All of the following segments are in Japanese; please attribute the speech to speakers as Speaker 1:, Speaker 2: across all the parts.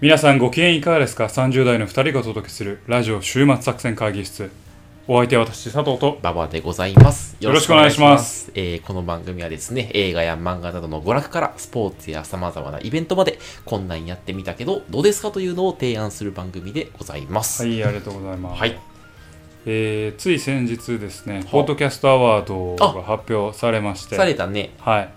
Speaker 1: 皆さんご機嫌いかがですか ?30 代の2人がお届けするラジオ週末作戦会議室。お相手は私、佐藤と。
Speaker 2: ババでございます。
Speaker 1: よろしくお願いします
Speaker 2: よろしくお願いします。えーこの番組はですね、映画や漫画などの娯楽からスポーツや様々なイベントまで、こんなんやってみたけど、どうですかというのを提案する番組でございます。
Speaker 1: はい、ありがとうございます。
Speaker 2: はい
Speaker 1: えーつい先日ですね、ポッドキャストアワードが発表されまして、
Speaker 2: されたね。
Speaker 1: はい。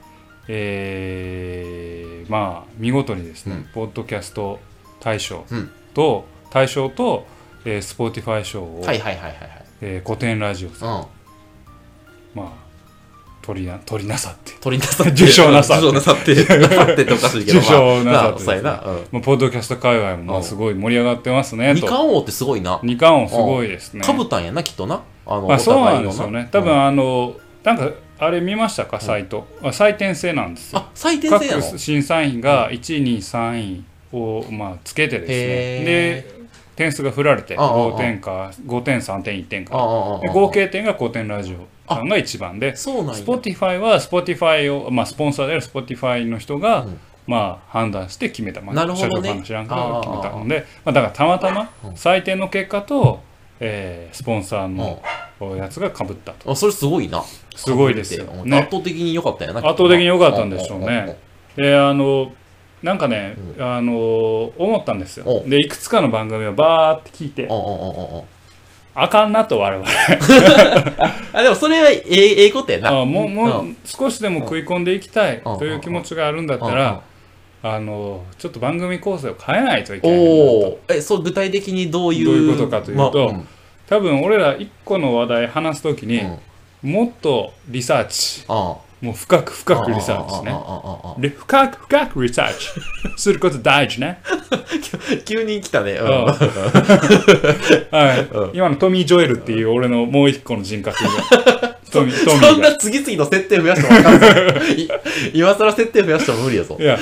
Speaker 1: えーまあ、見事にですね、
Speaker 2: うん
Speaker 1: ポッドキャスト大賞
Speaker 2: うん。
Speaker 1: と、大賞と、えー、スポーティファイ賞を、
Speaker 2: はいはいはいはい
Speaker 1: えー古典ラジオさん、
Speaker 2: はい。う
Speaker 1: ま
Speaker 2: ん。
Speaker 1: あ、取りな取りなさって、
Speaker 2: 取りなさって。
Speaker 1: 受賞なさって
Speaker 2: 受賞なさって。なさってっておかしいけど。
Speaker 1: 受賞なさって
Speaker 2: まあそうやな。うん。
Speaker 1: まあ、ポッドキャスト界隈もまあ
Speaker 2: うん
Speaker 1: すごい盛り上がってますね
Speaker 2: 二
Speaker 1: と。
Speaker 2: 冠王ってすごいな。
Speaker 1: 二冠王すごいですね。
Speaker 2: かぶたんやな、きっとな。あの、
Speaker 1: まあ、
Speaker 2: お
Speaker 1: そうな
Speaker 2: 互い
Speaker 1: ん
Speaker 2: の
Speaker 1: ですよね。多分、
Speaker 2: うん
Speaker 1: あの、なんか、あれ見ましたか、サイト。あ採点制なんですよ。
Speaker 2: あ、採点制やの
Speaker 1: 各審査員が1位、2位、3位を、まあ、つけてですね。
Speaker 2: へ
Speaker 1: で、点数が振られて、
Speaker 2: ああああ
Speaker 1: 5点か、5点、3点、1点
Speaker 2: ああ
Speaker 1: か。
Speaker 2: あああ
Speaker 1: で合計点が5点ラジオさんが一番で、
Speaker 2: そうなんや。
Speaker 1: スポティファイはスポティファイを、まあ、スポンサーであるスポティファイの人が、
Speaker 2: うん
Speaker 1: まあ、判断して決めた、まあ、
Speaker 2: なるほどね
Speaker 1: 社長かも知らんけ
Speaker 2: あ
Speaker 1: ど
Speaker 2: あ
Speaker 1: 決めたのでまあ、だからたまたま
Speaker 2: うん
Speaker 1: 採点の結果と、えースポンサーのやつがかぶったと
Speaker 2: あ、それすごいな。
Speaker 1: すごいですよ
Speaker 2: うん
Speaker 1: ね
Speaker 2: 圧倒的に良かったんやな。
Speaker 1: 圧倒的に良かったんでしょうねであのなんかね、
Speaker 2: う
Speaker 1: あの思ったんですよ
Speaker 2: うん
Speaker 1: でいくつかの番組をバーって聞いて
Speaker 2: うんうんうんうんうんうん。
Speaker 1: あかんなと我々
Speaker 2: あ、でもそれはええええことやな。
Speaker 1: あもうも
Speaker 2: う
Speaker 1: う少しでも食い込んでいきたい
Speaker 2: うん
Speaker 1: という気持ちがあるんだった
Speaker 2: うんうん
Speaker 1: らあのちょっと番組構成を変えないといけないなと
Speaker 2: おお。え、そう、具体的にどういう。
Speaker 1: どういうことかというと
Speaker 2: ま
Speaker 1: 多分俺ら1個の話題話す時
Speaker 2: あ
Speaker 1: に、
Speaker 2: うんうん
Speaker 1: もっとリサーチ
Speaker 2: あ
Speaker 1: もう深く深くリサーチ
Speaker 2: ああ
Speaker 1: ね
Speaker 2: ああああ
Speaker 1: で深く深くリサーチすること大事ね、
Speaker 2: 急に来たね。う
Speaker 1: う
Speaker 2: ん
Speaker 1: ん
Speaker 2: あ
Speaker 1: はい
Speaker 2: うん
Speaker 1: 今のトミー・ジョエルっていう俺のもう1個の人 格がトミートミ
Speaker 2: そん
Speaker 1: ーが
Speaker 2: な次々の設定増やしても分かんない。 い今更設定増やしても無理やぞ
Speaker 1: い。や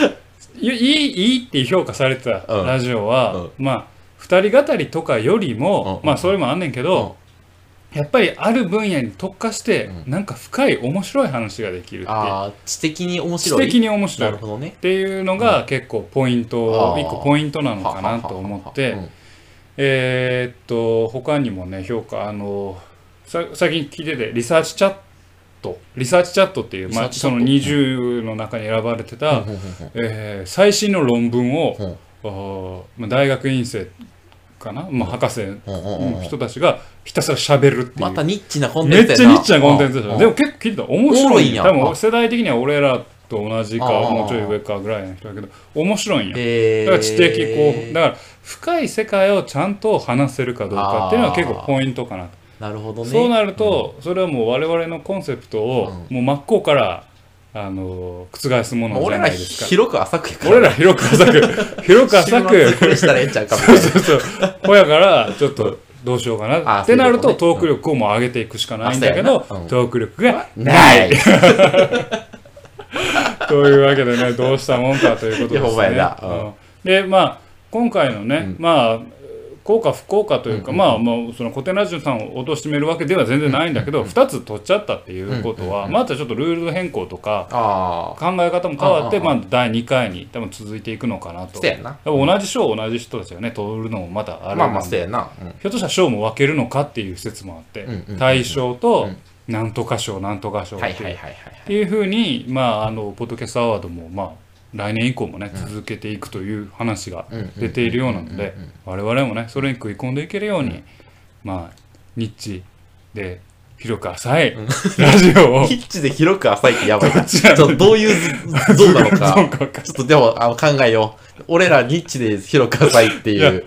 Speaker 1: いいいいいっていう評価されてた
Speaker 2: うん
Speaker 1: ラジオは、まあ2人語りとかよりも、
Speaker 2: うん
Speaker 1: まあそれもあんねんけど、やっぱりある分野に特化して、
Speaker 2: う
Speaker 1: なんか深い面白い話ができるっていう
Speaker 2: ああ、知的に面
Speaker 1: 知
Speaker 2: 白い。
Speaker 1: 的に面白
Speaker 2: ないるほどね
Speaker 1: っ。ていうのが結構ポイント、
Speaker 2: あー
Speaker 1: 一個ポイントなのか
Speaker 2: は
Speaker 1: な
Speaker 2: はは
Speaker 1: と
Speaker 2: は
Speaker 1: 思っ
Speaker 2: う
Speaker 1: て
Speaker 2: ん、
Speaker 1: えーっと他にもね評価あのさ最近聞いててリサーチチャットリサーチチャットっていう、まあ、
Speaker 2: リサーチチャ
Speaker 1: そ
Speaker 2: ット
Speaker 1: の20の中に選ばれてた、
Speaker 2: うんうんうん
Speaker 1: えー最新の論文を、
Speaker 2: うん
Speaker 1: あーまあ、大学院生かな、まあ、博士
Speaker 2: うんうんうん
Speaker 1: の人たちがひたすら喋るっていう、
Speaker 2: またニッチなコン
Speaker 1: め
Speaker 2: テ
Speaker 1: っ
Speaker 2: ンツ
Speaker 1: ち
Speaker 2: やな
Speaker 1: ゃニッチなコンテンツでし
Speaker 2: う
Speaker 1: ょ
Speaker 2: ん
Speaker 1: でも結構聞いたら面白いんや
Speaker 2: おもろいんや
Speaker 1: 多分世代的には俺らと同じか
Speaker 2: あー
Speaker 1: もうちょい上かぐらいの人だけど面白いんや
Speaker 2: へー
Speaker 1: だから知的こうだから深い世界をちゃんと話せるかどうかっていうのは結構ポイントかなと
Speaker 2: なるほどね
Speaker 1: そうなるとそれはもう我々のコンセプトをもう真っ向からあの覆すも
Speaker 2: まあ
Speaker 1: のじ
Speaker 2: 俺
Speaker 1: ゃな
Speaker 2: ら
Speaker 1: いですか
Speaker 2: 広く浅くやから
Speaker 1: 俺ら広く浅 く広く浅
Speaker 2: 週末
Speaker 1: く
Speaker 2: これしたらええんちゃうかみた
Speaker 1: そう
Speaker 2: い
Speaker 1: そ
Speaker 2: な
Speaker 1: うそうほやからちょっとどうしようかな
Speaker 2: あ
Speaker 1: ってなる
Speaker 2: そ
Speaker 1: と
Speaker 2: ういうことね
Speaker 1: トーク力をもう上げていくしかないんだけど
Speaker 2: あそうやなうん
Speaker 1: トーク力が
Speaker 2: な
Speaker 1: ない
Speaker 2: い
Speaker 1: というわけでね、どうしたもんかということで
Speaker 2: いや
Speaker 1: す
Speaker 2: ほんま
Speaker 1: ね
Speaker 2: や。な
Speaker 1: うんで、まあ、今回のね、
Speaker 2: うん
Speaker 1: まあ、効果不効果というか、
Speaker 2: うん
Speaker 1: まあ、もうその古典ラジオさんを貶としめるわけでは全然ないんだけど、2つ取っちゃったっていうことは、またちょっとルール変更とか、
Speaker 2: ああ
Speaker 1: 考え方も変わって、
Speaker 2: ああ
Speaker 1: まあ、第2回に多分続いていくのかなと。
Speaker 2: そうやな
Speaker 1: 多分同じ賞を同じ人ですよね、取るのもまたあれ
Speaker 2: まあ
Speaker 1: なん
Speaker 2: まあ
Speaker 1: で
Speaker 2: そうやなうん
Speaker 1: ひょっとしたら賞も分けるのかっていう説もあって
Speaker 2: うんうんうんう、ん
Speaker 1: 大賞と
Speaker 2: うん、
Speaker 1: なんとか賞、なんとか賞って
Speaker 2: はい
Speaker 1: いう
Speaker 2: はいはいはい
Speaker 1: っていうふうに、まあ、あのポッドキャストアワードも、まあ、来年以降もね、続けていくという話が
Speaker 2: うんうん
Speaker 1: 出ているようなので、我々もねそれに食い込んでいけるように、まあニッチで広く浅いラジオを
Speaker 2: ヒッチで広く浅いってやばい
Speaker 1: ど
Speaker 2: な
Speaker 1: っち
Speaker 2: ちょ
Speaker 1: や
Speaker 2: っとどういうゾーンな
Speaker 1: ど
Speaker 2: の
Speaker 1: う
Speaker 2: か
Speaker 1: か分かん
Speaker 2: ちょっとでもあの考えよう俺らニッチで広く浅いっていう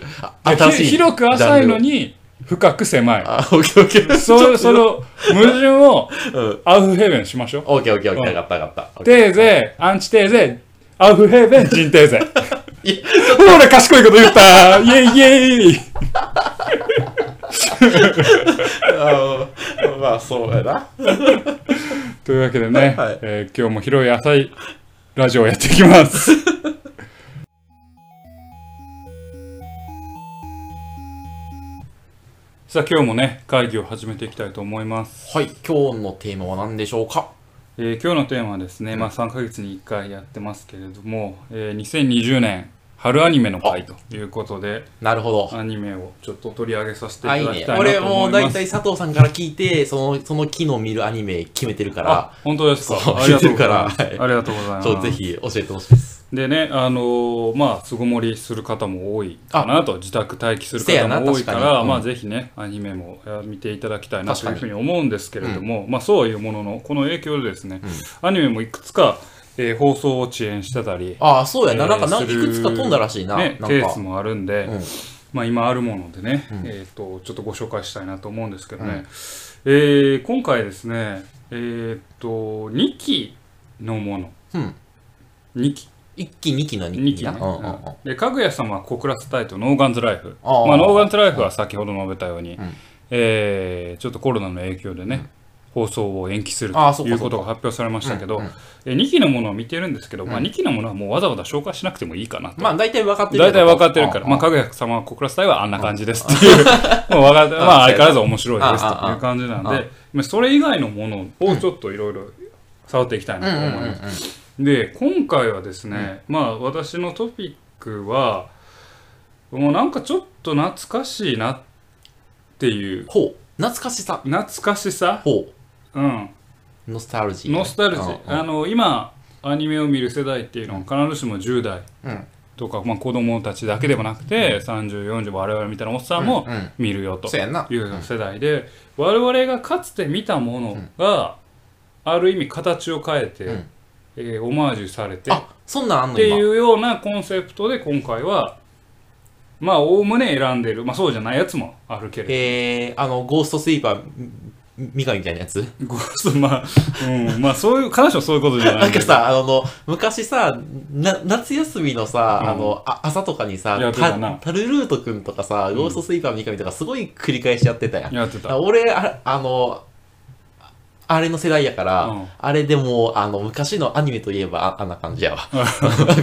Speaker 1: な
Speaker 2: あ
Speaker 1: い
Speaker 2: 新しい
Speaker 1: ひ広く浅いの
Speaker 2: ジャンル
Speaker 1: に深く狭い
Speaker 2: あオッケーオッケー
Speaker 1: そうその矛盾を
Speaker 2: うん
Speaker 1: アウフヘーベンしましょう
Speaker 2: オッケーオッケーオッケー
Speaker 1: うん
Speaker 2: 分かった分かった
Speaker 1: テーゼアンチテーゼアウフヘーベン人テーゼ
Speaker 2: いやちょ っ
Speaker 1: ほら賢いこと言ったイエイイエイ
Speaker 2: とあのまあそうやな
Speaker 1: というわけでね、
Speaker 2: はい
Speaker 1: えー今日も広い浅いラジオをやっていきます。 さあ今日もね会議を始めていきたいと思います。
Speaker 2: はい今日のテーマは何でしょうか
Speaker 1: えー今日のテーマはですね、まあ3ヶ月に1回やってますけれども、えー2020年春アニメの回ということで、
Speaker 2: なるほど。
Speaker 1: アニメをちょっと取り上げさせてい
Speaker 2: あ、
Speaker 1: た
Speaker 2: いい
Speaker 1: だき
Speaker 2: ね。
Speaker 1: たい
Speaker 2: 俺
Speaker 1: なと思
Speaker 2: も
Speaker 1: いうま
Speaker 2: 大
Speaker 1: す。
Speaker 2: 体佐藤さんから聞いて、その、その機能見るアニメ決めてるから
Speaker 1: あ、、本当です
Speaker 2: そう
Speaker 1: か。ありがとうございま
Speaker 2: 知
Speaker 1: す。
Speaker 2: ってるから
Speaker 1: ありがとうございます。
Speaker 2: ちょっとぜひ教えてほしいです。
Speaker 1: でね、あのーまあ、巣ごもりする方も多いかなと、自宅待機する
Speaker 2: せや
Speaker 1: 方
Speaker 2: な
Speaker 1: も多いから、
Speaker 2: 確かにうん
Speaker 1: まあ、ぜひね、アニメもえー見ていただきたいな
Speaker 2: 確
Speaker 1: と
Speaker 2: か
Speaker 1: いう
Speaker 2: に
Speaker 1: ふうに思うんですけれども、まあ、そうはいうものの、この影響でですね、
Speaker 2: う
Speaker 1: アニメもいくつか、えー放送を遅延してたり、
Speaker 2: ああ、そうやな。
Speaker 1: えー
Speaker 2: なんかなん、い
Speaker 1: する
Speaker 2: くつか飛んだらしいな。
Speaker 1: ね、
Speaker 2: なん
Speaker 1: ケー
Speaker 2: か
Speaker 1: ス。もあるんで、
Speaker 2: うん
Speaker 1: まあ、今あるものでね、
Speaker 2: うん
Speaker 1: えー、とちょっとご紹介したいなと思うんですけどね、
Speaker 2: うん
Speaker 1: えー今回ですね、えー、と2期のもの
Speaker 2: うん。
Speaker 1: 2期
Speaker 2: 一期、二期の二
Speaker 1: 二
Speaker 2: 期
Speaker 1: 期
Speaker 2: な。
Speaker 1: ね、
Speaker 2: うんうんうん。
Speaker 1: でかぐや様は小倉スタイとノーガンズライフ
Speaker 2: あー
Speaker 1: まあ、ノーガンズライフは先ほど述べたように、
Speaker 2: うん
Speaker 1: えーちょっとコロナの影響でね、放送を延期する
Speaker 2: あー
Speaker 1: と
Speaker 2: そうか
Speaker 1: いう
Speaker 2: そう
Speaker 1: こ
Speaker 2: か
Speaker 1: とが発表されましたけど、
Speaker 2: うんうん
Speaker 1: え2期のものを見てるんですけど、ま
Speaker 2: う
Speaker 1: あ、
Speaker 2: ん
Speaker 1: 2期のものはもうわざわざ紹介しなくてもいいかなと
Speaker 2: まあ、大体分かってる。
Speaker 1: 大体分かってるから、まあ、
Speaker 2: あ
Speaker 1: かぐや様は小倉スタイルはあんな感じですっていう、もう分かって、まあ、相変わらず面白いですという感じなん
Speaker 2: うんうんうん
Speaker 1: で、まあそれ以外のものをちょっといろいろ触っていきたい
Speaker 2: うんう
Speaker 1: なと
Speaker 2: ん
Speaker 1: 思
Speaker 2: うん
Speaker 1: い
Speaker 2: うん
Speaker 1: ます。で、今回はですね、まあ、私のトピックは、もうなんかちょっと懐かしいなっていう、
Speaker 2: ほう。懐かしさ。
Speaker 1: 懐かしさ、
Speaker 2: ほ
Speaker 1: うん、
Speaker 2: う。ノスタルジー。
Speaker 1: ノスタルジー。
Speaker 2: うんうん
Speaker 1: あの、今、アニメを見る世代っていうのは、必ずしも10代。
Speaker 2: うん。
Speaker 1: とか、まあ、子供たちだけでもなくて、3040我々みたいなおっさんも
Speaker 2: うんうん
Speaker 1: 見るよと
Speaker 2: そうやんな。
Speaker 1: いう世代で、我々がかつて見たものが、ある意味形を変えて、
Speaker 2: うん
Speaker 1: えーオマージュされてっ
Speaker 2: あ、そんなんあんの
Speaker 1: て
Speaker 2: 今。。
Speaker 1: いううようなコンセプトで今回はまあおおむね選んでるまあそうじゃないやつもあるけれ
Speaker 2: えー、あの、ゴーストスイーパー、ミカみたいなやつ
Speaker 1: どごそまあ、うん、まあそういう彼女はそういうことじゃない
Speaker 2: なん
Speaker 1: けど
Speaker 2: かさ、あの、昔さ、な夏休みのさ、
Speaker 1: うん
Speaker 2: あの、あ朝とかにさ
Speaker 1: やっ、てたな
Speaker 2: タタルルートくんとかさ、ゴーストスイーパー三上とかすごい繰り返しやってたやん。
Speaker 1: やってた
Speaker 2: 俺あ、あの、ああれの世代やから、
Speaker 1: うん
Speaker 2: あれでも、あの、昔のアニメといえばああんな感じやわ。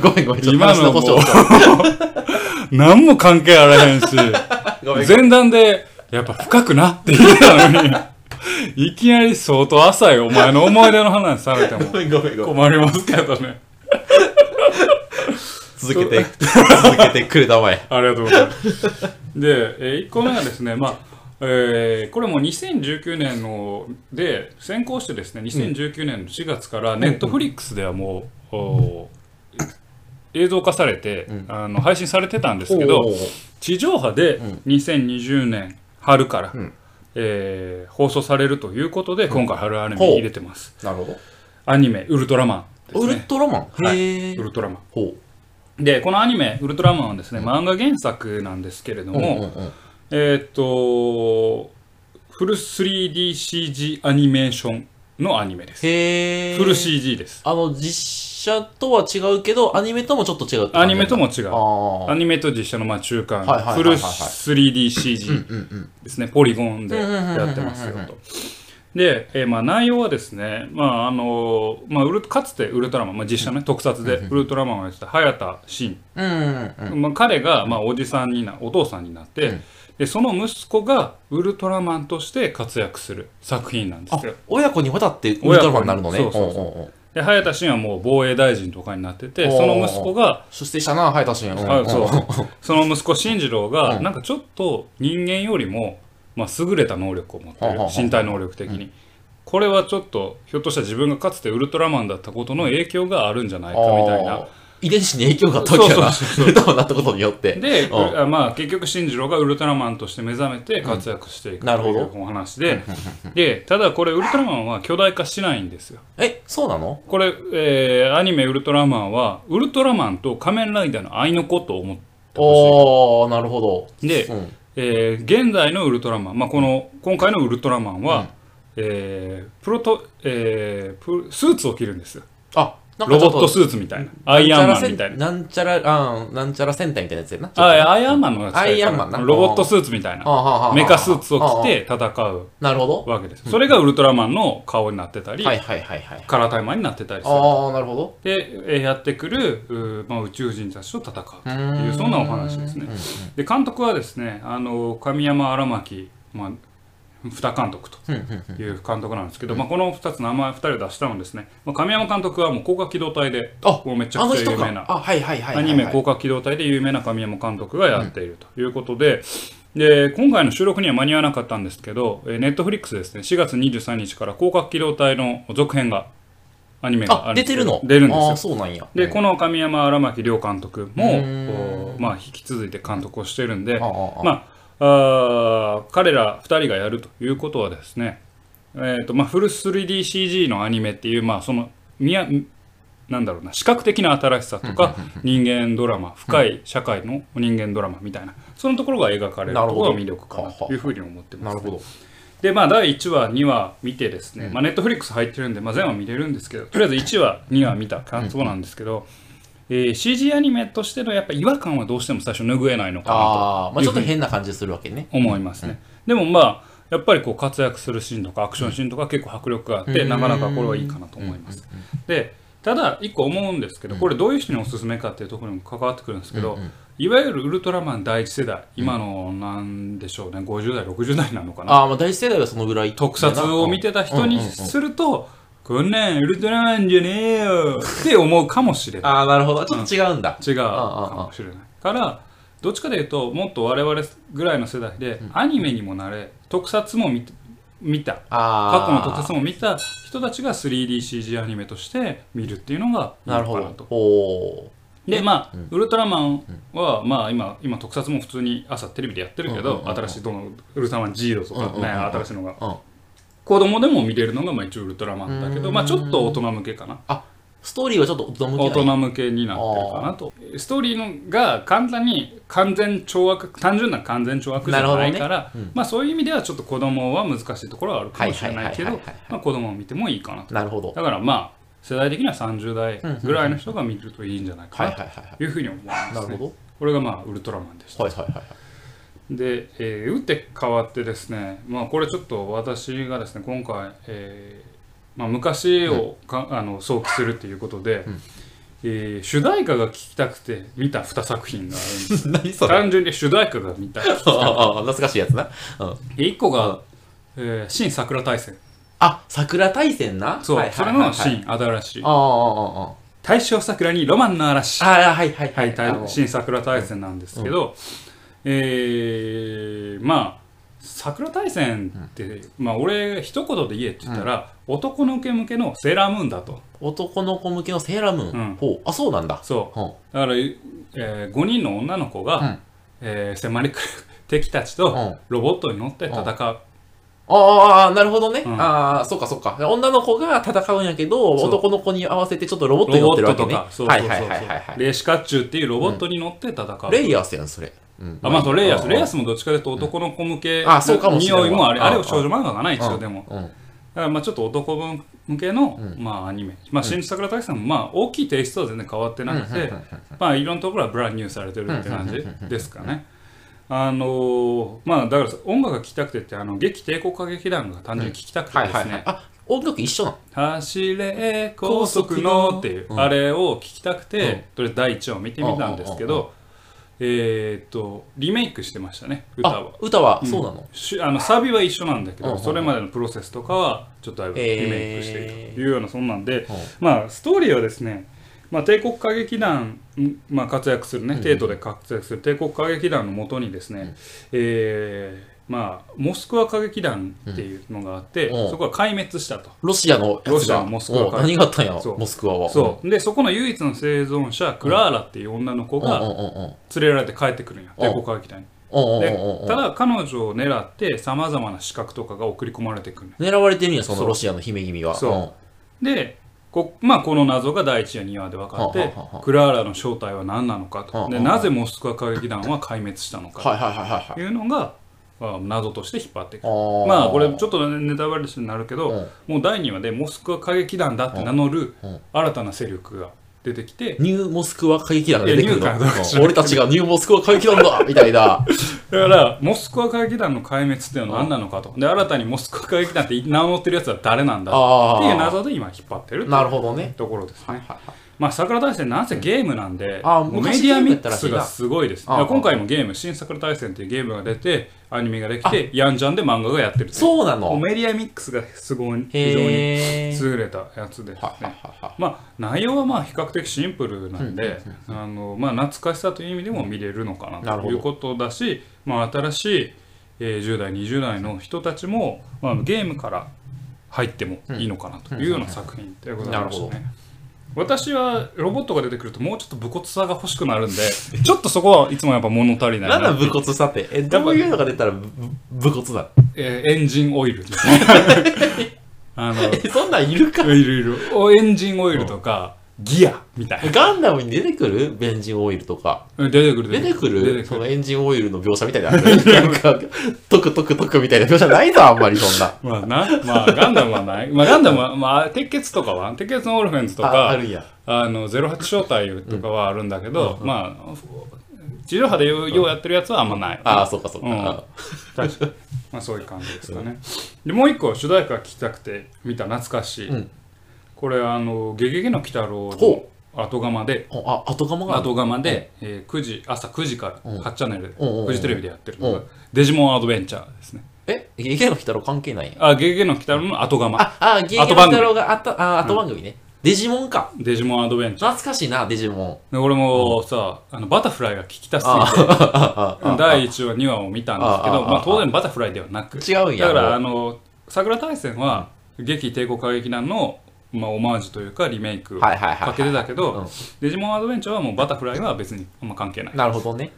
Speaker 2: ごめんごめん、ちょっと
Speaker 1: 今
Speaker 2: 話
Speaker 1: の
Speaker 2: の
Speaker 1: も
Speaker 2: 故
Speaker 1: う
Speaker 2: 障。
Speaker 1: 何も関係あらへん し
Speaker 2: ごめんごめん。
Speaker 1: 前段で、やっぱ深くなって言ってたのに、いきなり相当浅いお前の思い出の話されても
Speaker 2: ごめんごめんごめん。
Speaker 1: 困りますけどね。
Speaker 2: 続けて、続けてくれたまえ。
Speaker 1: ありがとうございます。で、え1個目がですね、まあ、えーこれも2019年ので先行してですね2019年の4月からネットフリックスではもう、お映像化されて、
Speaker 2: うん
Speaker 1: あの配信されてたんですけど
Speaker 2: おー、
Speaker 1: 地上波で
Speaker 2: うん
Speaker 1: 2020年春から、
Speaker 2: うん
Speaker 1: えー放送されるということで、今回春アニ
Speaker 2: ほう
Speaker 1: メ入れてます
Speaker 2: なるほ
Speaker 1: アニメ「ウルトラマン」です
Speaker 2: ど。ウル
Speaker 1: ね
Speaker 2: トラマン、
Speaker 1: はい
Speaker 2: へ
Speaker 1: ウ
Speaker 2: ー
Speaker 1: ルトラマ
Speaker 2: ほう。
Speaker 1: ンでこのアニメ「ウルトラマン」はですね、漫画原作なんですけれども、
Speaker 2: んうんうん
Speaker 1: えーっとフル 3DCG アニメーションのアニメです
Speaker 2: へー
Speaker 1: フル CG です
Speaker 2: あの、実写とは違うけど、アニメともちょっと違うって感じなんだ
Speaker 1: アニメとも違う
Speaker 2: あ
Speaker 1: アニメと実写のまあ中間
Speaker 2: はいはいはいはい
Speaker 1: フ
Speaker 2: は
Speaker 1: ル
Speaker 2: い
Speaker 1: 3DCG
Speaker 2: ーうんうん
Speaker 1: ですね、ポリゴンでやってますよ
Speaker 2: うんうんうんうん
Speaker 1: と。で、えーまあ、内容はですね、まああのまあ、ウルかつてウルトラマン、まあ、実写のね、特撮でウルトラマンをやってた早田真、
Speaker 2: うん。うんうんうん。
Speaker 1: まあ、彼が、まあ、おじさんになお父さんになって、
Speaker 2: うん
Speaker 1: でその息子がウルトラマンとして活躍する作品なんで
Speaker 2: あ
Speaker 1: すよ。、
Speaker 2: 親子にわたってウルトラマンになるのね。
Speaker 1: そうそうそ
Speaker 2: んんん
Speaker 1: で早田真はもう防衛大臣とかになってて
Speaker 2: おー
Speaker 1: その息子が
Speaker 2: 出世したな、早田俊。
Speaker 1: あそう
Speaker 2: うん
Speaker 1: その息子進次郎が、
Speaker 2: うん
Speaker 1: なんかちょっと人間よりも、まあ、優れた能力を持って
Speaker 2: はあ
Speaker 1: る
Speaker 2: はあ
Speaker 1: 身体能力的に、これはちょっとひょっとしたら自分がかつてウルトラマンだったことの影響があるんじゃないかみたい
Speaker 2: あ
Speaker 1: な
Speaker 2: ー。遺伝子に影響があったわけやな。
Speaker 1: そう
Speaker 2: ウル トラマンになったことによって。
Speaker 1: で、
Speaker 2: うん
Speaker 1: あまあ、結局進次郎がウルトラマンとして目覚めて活躍していく
Speaker 2: うんなる
Speaker 1: と
Speaker 2: ほ
Speaker 1: い
Speaker 2: ど
Speaker 1: うお話で、でただこれウルトラマンは巨大化しないんですよ
Speaker 2: え、そうなの
Speaker 1: これ、えーアニメ「ウルトラマン」はウルトラマンと仮面ライダーの愛のことを思ってほ
Speaker 2: おー、なるほど。
Speaker 1: しいで、
Speaker 2: うん
Speaker 1: えー現在のウルトラマン、まあ、この今回のウルトラマンは、えープロト、えープスーツを着るんですよ
Speaker 2: あ、なんか
Speaker 1: ロ
Speaker 2: ち
Speaker 1: ボ
Speaker 2: ょ
Speaker 1: ット
Speaker 2: っと、
Speaker 1: スーツみたいなアイアンマンみたいな
Speaker 2: なんちゃら、あーなんちゃら戦隊みたいなやつやな。
Speaker 1: あ
Speaker 2: ちょっとね
Speaker 1: アイアンマンのやつだよ
Speaker 2: アイアンマンな
Speaker 1: ロボットスーツみたい
Speaker 2: あー
Speaker 1: な
Speaker 2: はーはーはー
Speaker 1: メカスーツを着て戦う
Speaker 2: なるほど。
Speaker 1: わけですそれがウルトラマンの顔になってたり、
Speaker 2: はいはいはいはい。
Speaker 1: カラータイマーになってたりする
Speaker 2: ああ、なるほど。
Speaker 1: でえーやってくるうー、まあ、宇宙人たちと戦うと
Speaker 2: う
Speaker 1: い
Speaker 2: ー
Speaker 1: うんそんなお話ですね。で監督はですねあの神山荒牧、まあ、二監督と
Speaker 2: ふんふんふん
Speaker 1: いう監督なんですけど、まあ、この2つの名前2人出したのですね、まあ、神山監督はもう高架機動隊で
Speaker 2: あ
Speaker 1: もうめちゃ
Speaker 2: あの
Speaker 1: くちゃ
Speaker 2: 人
Speaker 1: 有名
Speaker 2: か
Speaker 1: な
Speaker 2: あはいはいはい
Speaker 1: ア
Speaker 2: はいはい
Speaker 1: ニメ「高架機動隊」で有名な神山監督がやっているということで,、で今回の収録には間に合わなかったんですけどネットフリックスですね4月23日から高架機動隊の続編がアニメが
Speaker 2: あ
Speaker 1: あん
Speaker 2: 出
Speaker 1: ですけ
Speaker 2: てる
Speaker 1: ど
Speaker 2: の
Speaker 1: 出るんです
Speaker 2: あ
Speaker 1: よ
Speaker 2: ーそうなんや
Speaker 1: で、
Speaker 2: の
Speaker 1: この神山荒牧亮監督も
Speaker 2: うーん、
Speaker 1: おまあ、引き続いて監督をしてるんで、
Speaker 2: あああ
Speaker 1: まあ、あー彼ら2人がやるということはですね、えーとまあ、フル 3DCG のアニメっていう、まあ、その、みやなんだろうな視覚的な新しさとか人間ドラマ深い社会の人間ドラマみたいなそのところが描かれる
Speaker 2: な
Speaker 1: と
Speaker 2: るほ
Speaker 1: こ
Speaker 2: ど
Speaker 1: ろが魅力かなというふうに思ってます
Speaker 2: なるほど
Speaker 1: でまあ第1話2話見てですね、まあネットフリックス入ってるんで、まあ、全話見れるんですけどとりあえず1話2話見た感想なんですけど、えー CG アニメとしてのやっぱ違和感はどうしても最初拭えないのか
Speaker 2: ああま
Speaker 1: なと
Speaker 2: あち
Speaker 1: い
Speaker 2: ょ
Speaker 1: う
Speaker 2: っ
Speaker 1: ふ
Speaker 2: と
Speaker 1: うに
Speaker 2: 変な感じするわけね
Speaker 1: 思いますね、でもまあやっぱりこう活躍するシーンとかアクションシーンとか結構迫力があって、
Speaker 2: うん
Speaker 1: なかなかこれはいいかなと思います、でただ1個思うんですけどこれどういう人におすすめかっていうところにも関わってくるんですけど、いわゆるウルトラマン第一世代今のなんでしょうね50代60代なのかな
Speaker 2: ああまあ第一世代はそのぐらい
Speaker 1: 特撮を見てた人にすると、こんなんウルトラマンじゃねえよって思うかもしれない。
Speaker 2: ああなるほどちょっと違うんだ
Speaker 1: 違うかもしれない。から、どっちかで言うと、もっと我々ぐらいの世代で、アニメにもなれ、特撮も見て見た、過去の
Speaker 2: ああ
Speaker 1: 特撮も見た人たちが 3DCG アニメとして見るっていうのがいい
Speaker 2: なる
Speaker 1: の
Speaker 2: ほ
Speaker 1: かなと
Speaker 2: ど。お
Speaker 1: でまあ、ウルトラマンは、まあ、今今特撮も普通に朝テレビでやってるけど、
Speaker 2: うんうんうんうん
Speaker 1: 新しいどのウルトラマン G ロとか、ね
Speaker 2: うんうんうんうん
Speaker 1: 新しいのが、
Speaker 2: うん
Speaker 1: 子供でも見れるのがまあ一応ウルトラマンだけ
Speaker 2: うー
Speaker 1: ど、
Speaker 2: ん
Speaker 1: まあ、ちょっと大人向けかな
Speaker 2: ストーリーはちょっと大人向
Speaker 1: 大
Speaker 2: けだね
Speaker 1: 人向けになってるかなとストーリーのが簡単に完全懲悪単純な完全懲悪じゃないから、まあ、そういう意味ではちょっと子供は難しいところはあるかもしれないけど
Speaker 2: はいはいはいはいはい
Speaker 1: まあ子供を見てもいいかなと
Speaker 2: なるほど
Speaker 1: だからまあ世代的には30代ぐらいの人が見るといいんじゃない
Speaker 2: は
Speaker 1: か
Speaker 2: いは
Speaker 1: ない
Speaker 2: はいは
Speaker 1: というふうに思います、
Speaker 2: い
Speaker 1: ね
Speaker 2: なるほ
Speaker 1: これがまあウルトラマンでした
Speaker 2: どはいはいはいはい
Speaker 1: で、えー打って変わってですね、まあ、これちょっと私がですね今回、えーまあ、昔をか、あの想起するということで、えー主題歌が聴きたくて見た2作品があるん です
Speaker 2: 何それあ
Speaker 1: 単純に主題歌が見 た
Speaker 2: あああ懐かしいやつなうん
Speaker 1: 1個が、えー新桜大戦
Speaker 2: あ桜大戦な
Speaker 1: そう、
Speaker 2: はいはいはいはい
Speaker 1: それの新新しい
Speaker 2: ああああああ
Speaker 1: 大正桜にロマンの嵐
Speaker 2: ああ、はいはい
Speaker 1: は、
Speaker 2: はいい。あの
Speaker 1: 大新桜大戦なんですけど、えーまあ桜大戦って、まあ俺一言で言えって言ったら、男の子向けのセーラームーンだと
Speaker 2: 男の子向けのセーラームーン。
Speaker 1: うん
Speaker 2: ほう。あ、そうなんだ。
Speaker 1: そ
Speaker 2: うん。
Speaker 1: うだから、え5人の女の子が、
Speaker 2: うん
Speaker 1: えー迫り来る敵たち
Speaker 2: う
Speaker 1: と
Speaker 2: ん
Speaker 1: ロボットに乗って戦う、
Speaker 2: ああ、なるほどね。
Speaker 1: うん
Speaker 2: ああ、そうかそうか。女の子が戦うんやけど、
Speaker 1: そう
Speaker 2: 男の子に合わせてちょっとロボットに
Speaker 1: ロボ
Speaker 2: 乗って
Speaker 1: ッ
Speaker 2: る
Speaker 1: ト
Speaker 2: わけ
Speaker 1: とか、
Speaker 2: ね。
Speaker 1: そう
Speaker 2: は
Speaker 1: そう
Speaker 2: い
Speaker 1: そう
Speaker 2: はい
Speaker 1: そう
Speaker 2: はいはいはい。
Speaker 1: レーシカッチュっていうロボットに乗って戦う、
Speaker 2: レイヤースやん、それ。うん
Speaker 1: あまあ、そうレイヤース、レイヤー
Speaker 2: ス。
Speaker 1: スもどっちかというと男の子向け
Speaker 2: うんあそうかもしれない
Speaker 1: 匂いもあれ、
Speaker 2: うん
Speaker 1: あれは少女漫画かな、一
Speaker 2: う
Speaker 1: 応
Speaker 2: ん
Speaker 1: でも。
Speaker 2: うん。
Speaker 1: だからまあちょっと男分向けの、まあ、アニメ、まあ、新桜大さんもまあ大きいテイストは全然変わってなくて、まあ、いろんなところはブランニューされてるって感じですかね。あのーまあ、だから音楽が聴きたくてってあの劇帝国歌劇団が単純に聴きたくて
Speaker 2: はい
Speaker 1: で
Speaker 2: は
Speaker 1: す
Speaker 2: いはい
Speaker 1: ね。
Speaker 2: あ、音楽一緒なの
Speaker 1: 「走れ高速の」っていう
Speaker 2: うん
Speaker 1: あれを聴きたくて、
Speaker 2: うん
Speaker 1: とりあえず第1話を見てみたんですけ
Speaker 2: うんうん
Speaker 1: ど、えーっとリメイクしてましたね歌
Speaker 2: あ
Speaker 1: は。、
Speaker 2: 歌はそうなの。
Speaker 1: しあのサビは一緒なんだけ
Speaker 2: うんう
Speaker 1: ど
Speaker 2: ん
Speaker 1: それまでのプロセスとかはちょっとだいぶリメイクしているというようなそんなんで
Speaker 2: うん
Speaker 1: まあストーリーはですねまあ帝国歌劇団んまあ活躍するね帝都で活躍する帝国歌劇団のもとにですねえーまあモスクワ歌劇団っていうのがあって
Speaker 2: うん
Speaker 1: そこが壊滅したと。
Speaker 2: ロシアのやつが。
Speaker 1: ロシアのモスクワ
Speaker 2: お
Speaker 1: から
Speaker 2: 何があったんや
Speaker 1: そ、う
Speaker 2: モスクワは。
Speaker 1: そうでそこの唯一の生存者クラーラっていう女の子
Speaker 2: うん。うん
Speaker 1: が
Speaker 2: うんうんうん。
Speaker 1: 連れられて帰ってくるんや
Speaker 2: うん
Speaker 1: 帝国歌劇団に。
Speaker 2: うんうん
Speaker 1: で
Speaker 2: うんうん
Speaker 1: ただ彼女を狙ってさまざまな資格とかが送り込まれてくるんや
Speaker 2: 狙われてるんや、そ
Speaker 1: そ
Speaker 2: の
Speaker 1: う
Speaker 2: ロシアの姫君は。
Speaker 1: そうでこ,、まあ、この謎が第1話2話で分かって
Speaker 2: はあはあはあ
Speaker 1: クラーラの正体は何なのか
Speaker 2: はあは
Speaker 1: と
Speaker 2: あ
Speaker 1: でなぜモスクワ歌劇団は壊滅したの
Speaker 2: うん。は
Speaker 1: か
Speaker 2: いはいはいはいはい
Speaker 1: と。いうのが、まあ謎として引っ張っていく
Speaker 2: ー
Speaker 1: まあこれちょっとねネタバレになるけど、
Speaker 2: うん
Speaker 1: もう第2話でモスクワ歌劇団だって名乗る
Speaker 2: うんうん
Speaker 1: 新たな勢力が出てきて、
Speaker 2: ニューモスクワ歌劇団が出てく
Speaker 1: いや
Speaker 2: る
Speaker 1: ニューからどうか知ら
Speaker 2: の。
Speaker 1: ん
Speaker 2: 俺たちがニューモスクワ歌劇団だみたいな。
Speaker 1: だからモスクワ歌劇団の壊滅っていうのは何なのかとで新たにモスクワ歌劇団って名乗ってるやつは誰なんだっていう
Speaker 2: ああ。
Speaker 1: 謎で今引っ張ってるっていう
Speaker 2: なるほどね。
Speaker 1: ところですね。まあ、桜大戦なんせゲームなんで、
Speaker 2: あ
Speaker 1: もうメ
Speaker 2: 昔
Speaker 1: ディアミ
Speaker 2: ゲームや
Speaker 1: ッ
Speaker 2: った
Speaker 1: ク
Speaker 2: らし
Speaker 1: ス
Speaker 2: いな
Speaker 1: がすごいです、ね、
Speaker 2: ああ
Speaker 1: だから今回もゲーム「新桜大戦」っていうゲームが出てアニメができてやんじゃんで漫画がやってるう
Speaker 2: そうなの
Speaker 1: メディアミックスがすごい非常に
Speaker 2: へー
Speaker 1: 優れたやつです
Speaker 2: はは
Speaker 1: ね
Speaker 2: はは
Speaker 1: まあ内容はまあ比較的シンプルなんで、あのまあ懐かしさという意味でも見れるのか
Speaker 2: なる
Speaker 1: な
Speaker 2: ほ
Speaker 1: と
Speaker 2: ど
Speaker 1: いうことだし、まあ、新しい、えー10代20代の人たちも、まあ、ゲームから入ってもいいのかなというような作品でございました
Speaker 2: なる
Speaker 1: ね。私はロボットが出てくるともうちょっと武骨さが欲しくなるんで ちょっとそこはいつもやっぱ物足りない
Speaker 2: なんだ
Speaker 1: な、
Speaker 2: 武骨さってえどういうのが出たらぶぶ武骨だ
Speaker 1: えーエンジンオイル ですねあの
Speaker 2: えそんなんいるか
Speaker 1: いろいろおエンジンオイルとかギアみたいな
Speaker 2: ガンダムに出てくるベンジンオイルとか
Speaker 1: うん出てくる
Speaker 2: 出てくる
Speaker 1: 出て
Speaker 2: そ
Speaker 1: く
Speaker 2: の
Speaker 1: る
Speaker 2: エンジンオイルの描写みたいなのあるなんかトクトクトクみたいな描写ないぞあんまりそんな
Speaker 1: まあな、まあガンダムはない。まあガンダムは、まあ鉄血とかは、鉄血のオルフェンズと
Speaker 2: あ
Speaker 1: か、
Speaker 2: あ
Speaker 1: あ
Speaker 2: るんや
Speaker 1: の、08小隊とかはあるんだけど、まあ、地上波でようようやってるやつはあんまない。
Speaker 2: ああそうかそうか、
Speaker 1: うん
Speaker 2: あ
Speaker 1: 確かにまあそういう感じですかね。で、もう一個主題歌聞きたくて見た懐かしい。
Speaker 2: うん
Speaker 1: これ、あの、ゲゲゲの鬼太郎
Speaker 2: ほ
Speaker 1: の後釜で、
Speaker 2: あ後釜がある
Speaker 1: 後釜で、えー9時、朝9時から8チャンネルで、
Speaker 2: うんうんうん
Speaker 1: フジテレビでやってるの
Speaker 2: う
Speaker 1: が
Speaker 2: ん、
Speaker 1: デジモンアドベンチャーですね。
Speaker 2: えゲゲの鬼太郎関係ないんや
Speaker 1: あ、ゲゲゲの鬼太郎の後釜。
Speaker 2: ああゲゲの
Speaker 1: 後
Speaker 2: 鬼
Speaker 1: 番組
Speaker 2: 太郎があったあ後番組ね、デジモンか
Speaker 1: デジモンアドベンチャー。
Speaker 2: 懐かしいなデジモン
Speaker 1: で俺もさ、あのバタフライが聞きたすぎ
Speaker 2: あ
Speaker 1: て
Speaker 2: あああ
Speaker 1: 第1話2話を見たんですけ
Speaker 2: ああ
Speaker 1: ど
Speaker 2: あ
Speaker 1: ま
Speaker 2: あ
Speaker 1: あ、当然バタフライではなく
Speaker 2: 違うん
Speaker 1: だ
Speaker 2: や
Speaker 1: か
Speaker 2: もう
Speaker 1: らあの桜大戦は劇帝国歌劇団の、まあ、オマージュというかリメイクを
Speaker 2: はいはいはいはい
Speaker 1: かけてたけ
Speaker 2: うん
Speaker 1: どデジモンアドベンチャーはもうバタフライは別にあんま関係ないい
Speaker 2: なるほどね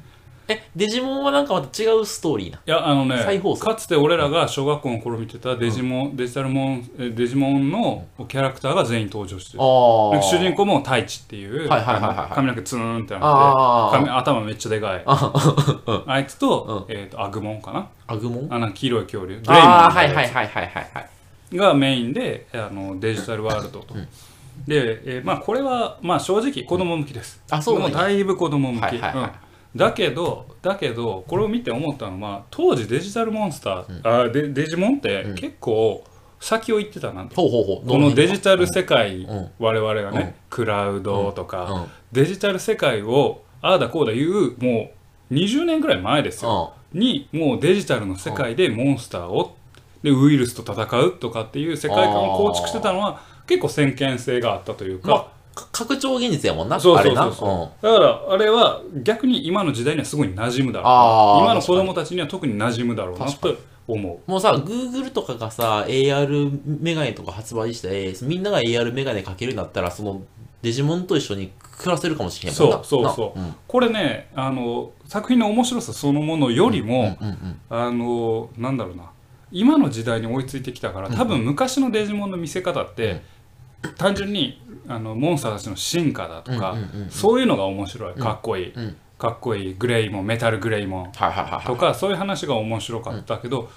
Speaker 2: えデジモンはなんかまた違うストーリーな
Speaker 1: やあのね
Speaker 2: 再放送
Speaker 1: かつて俺らが小学校の頃見てたデジモン、デジタルモンえデジモンのキャラクターが全員登場してる
Speaker 2: ああ
Speaker 1: 主人公も太一っていう、
Speaker 2: はいはいはいはい
Speaker 1: あの髪の毛ツーンって
Speaker 2: あ
Speaker 1: な
Speaker 2: ー
Speaker 1: って髪頭めっちゃでかいあいつと,、えー、とアグモンかな
Speaker 2: アグモン
Speaker 1: あの黄色い恐竜グレイモン
Speaker 2: ああ
Speaker 1: みた
Speaker 2: はいい
Speaker 1: な
Speaker 2: はい
Speaker 1: や
Speaker 2: はいはいはいはい
Speaker 1: つがメインであのデジタルワールドと。で、えーまあ、これは、まあ、正直子供向きです。
Speaker 2: あそうなん
Speaker 1: も
Speaker 2: や
Speaker 1: だいぶ子供向き、
Speaker 2: はいはいは
Speaker 1: う
Speaker 2: い
Speaker 1: んだけどだけどこれを見て思ったのは当時デジタルモンスター、あデデジモンって結構先を行ってたなと。
Speaker 2: ほうほうほう
Speaker 1: このデジタル世界、
Speaker 2: うん
Speaker 1: 我々がね、
Speaker 2: うん
Speaker 1: クラウドとか、
Speaker 2: うん
Speaker 1: デジタル世界をああだこうだ言うもう20年ぐらい前ですよ、
Speaker 2: あ
Speaker 1: にもうデジタルの世界でモンスターをでウイルスと戦うとかっていう世界観を構築してたのは結構先見性があったというか、
Speaker 2: まあか拡張現実やもんな
Speaker 1: そう
Speaker 2: あ
Speaker 1: そ
Speaker 2: れ
Speaker 1: う
Speaker 2: な
Speaker 1: そうそうだからあれは逆に今の時代にはすごい馴染むだろう
Speaker 2: あー
Speaker 1: な今の子供たちには特に馴染むだろうなと思う
Speaker 2: もうさ、Google とかがさ、AR メガネとか発売して、みんなが AR メガネかけるんだったら、そのデジモンと一緒に暮らせるかもしれへんもんな。
Speaker 1: そうそうそう、
Speaker 2: な
Speaker 1: これねあの作品の面白さそのものよりも、
Speaker 2: うん。うんうん。
Speaker 1: あのなんだろうな今の時代に追いついてきたから多分昔のデジモンの見せ方って、単純にあのモンスターたちの進化だとか、
Speaker 2: うんうんうんうん
Speaker 1: そういうのが面白いかっこいい、
Speaker 2: うん
Speaker 1: かっこいいグレイモンメタルグレイモン
Speaker 2: はいはいはい
Speaker 1: と
Speaker 2: はい。
Speaker 1: かそういう話が面白かったけど、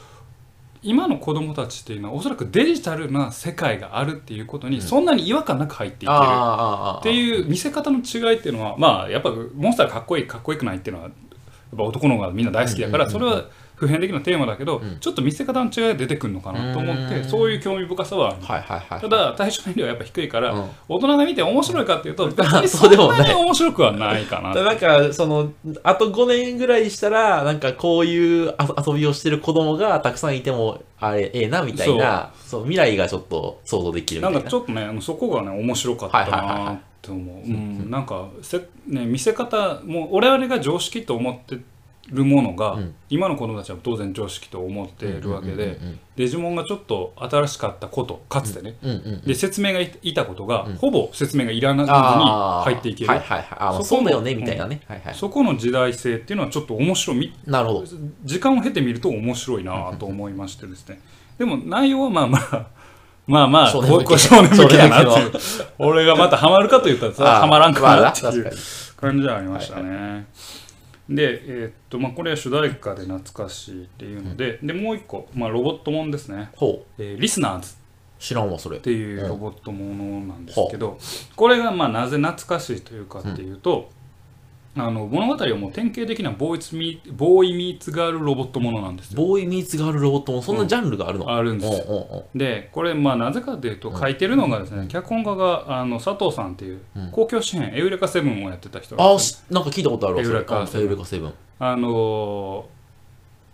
Speaker 1: 今の子供たちっていうのはおそらくデジタルな世界があるっていうことにそんなに違和感なく入っていける。
Speaker 2: あーあー、あーあー。
Speaker 1: って
Speaker 2: う。
Speaker 1: いう見せ方の違いっていうのはまあやっぱモンスターかっこいいかっこよくないっていうのはやっぱ男の方がみんな大好きだからそれは普遍的なテーマだけどちょっと見せ方の違いが出てくるのかなと思っ
Speaker 2: う
Speaker 1: て
Speaker 2: ん
Speaker 1: そういう興味深さはある
Speaker 2: はいはいはい。
Speaker 1: た、だ対象年齢はやっぱ低いから
Speaker 2: うん
Speaker 1: 大人が見て面白いかっていう と別に
Speaker 2: そ
Speaker 1: そう
Speaker 2: でもなんい
Speaker 1: なに面白くはないかな
Speaker 2: なんか、その、あと5年ぐらいしたら、なんかこういうあ遊びをしてる子供がたくさんいても、あれ、ええな、みたいな、そう未来がちょっと想像できるみ
Speaker 1: な
Speaker 2: たい
Speaker 1: ん
Speaker 2: な。
Speaker 1: かちょっとねあのそこがね面白かった
Speaker 2: はいはいはい
Speaker 1: なって思ううんなんかせ、ね、見せ方も我々が常識と思ってるものが、
Speaker 2: うん
Speaker 1: 今の子供たちは当然常識と思っているわけで、
Speaker 2: うんうん
Speaker 1: デジモンがちょっと新しかったことかつてね、
Speaker 2: うんうんうん。
Speaker 1: で説明がいいたことが、ほぼ説明がいらない
Speaker 2: あー
Speaker 1: に入っていける、
Speaker 2: はいはいはい。あー
Speaker 1: そ
Speaker 2: そ
Speaker 1: こ
Speaker 2: う
Speaker 1: も
Speaker 2: だよね、みたいなね。はいはい。
Speaker 1: そこの時代性っていうのはちょっと面白み
Speaker 2: なるほど。
Speaker 1: 時間を経てみると面白いなと思いましてですねでも内容はまあまあ まあまあ
Speaker 2: 少年向け
Speaker 1: こう 少年向けだなっていう俺がまたハマるかと言ったら
Speaker 2: あ
Speaker 1: さ
Speaker 2: ー
Speaker 1: ハマらんか
Speaker 2: ま
Speaker 1: な
Speaker 2: あ
Speaker 1: ってい
Speaker 2: 確か
Speaker 1: う
Speaker 2: に
Speaker 1: 感じはありましたねでえーっとまあこれは主題歌で懐かしいっていうのででもう一個まあロボットもんですね
Speaker 2: ほう。
Speaker 1: えーリスナーズ
Speaker 2: 知らんわ、それ。
Speaker 1: っていうロボットものなんですけど、これがまあなぜ懐かしいというかっていうと、あの物語はもう典型的なボーイツミボーイミーツガールロボットものなんですよ。
Speaker 2: ボーイミーツガールロボットもそんなジャンルがあるの、
Speaker 1: あるんですよ
Speaker 2: おうおうおう
Speaker 1: でこれまあなぜかというと書いてるのがですね、脚本家があの佐藤さんっていう
Speaker 2: うん
Speaker 1: 公共支援エウレカセブンをやってた人なん
Speaker 2: あ
Speaker 1: で
Speaker 2: ー
Speaker 1: すよ
Speaker 2: しなんか聞いたことあるわそれ
Speaker 1: エウレカセブン
Speaker 2: うんエウレカセブン
Speaker 1: あのー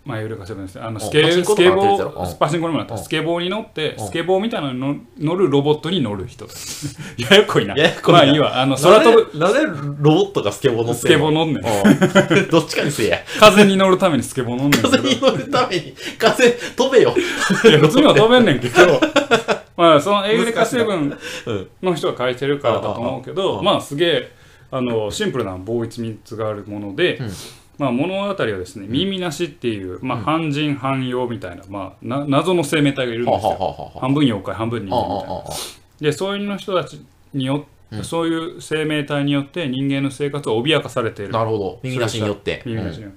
Speaker 1: まあエウレカセブンですねあのス
Speaker 2: パ
Speaker 1: ケ
Speaker 2: チンコ
Speaker 1: ス
Speaker 2: とか
Speaker 1: ケ
Speaker 2: なって
Speaker 1: ボ
Speaker 2: るやつやろうん
Speaker 1: ーパチンコにもなった
Speaker 2: うん
Speaker 1: スケボーに乗って
Speaker 2: うん
Speaker 1: スケボーみたいなのに乗るロボットに乗る人ややこいな
Speaker 2: ややこい
Speaker 1: ま
Speaker 2: な
Speaker 1: あいいわあの空飛ぶ
Speaker 2: ぶなぜロボットがスケボー乗っ
Speaker 1: ス
Speaker 2: て
Speaker 1: ケ
Speaker 2: ん
Speaker 1: ボー
Speaker 2: の
Speaker 1: 乗んねん
Speaker 2: うん どっちかにせえや
Speaker 1: 風に乗るためにスケボー乗んねんけど
Speaker 2: 風に乗るために風飛べよ、
Speaker 1: いや普通には飛べんねんけ どまあそのエウレカセブン
Speaker 2: うん、
Speaker 1: の人が書いてるからだと思うけ
Speaker 2: あああ
Speaker 1: ど
Speaker 2: あ
Speaker 1: まあすげえあのシンプルなボーイツミッツがあるもので、
Speaker 2: うん
Speaker 1: まあ、物語はですね耳なしっていう、まあ、半人半用みたいな,、まあ、な謎の生命体がいるん
Speaker 2: は
Speaker 1: です
Speaker 2: はは
Speaker 1: よ
Speaker 2: はは
Speaker 1: 半分妖怪半分人
Speaker 2: ああ
Speaker 1: 間みたいな
Speaker 2: あああ
Speaker 1: でそういうの人たちによって、
Speaker 2: うん
Speaker 1: そういう生命体によって人間の生活を脅かされている
Speaker 2: なるほど耳なしによって
Speaker 1: 耳なしによっ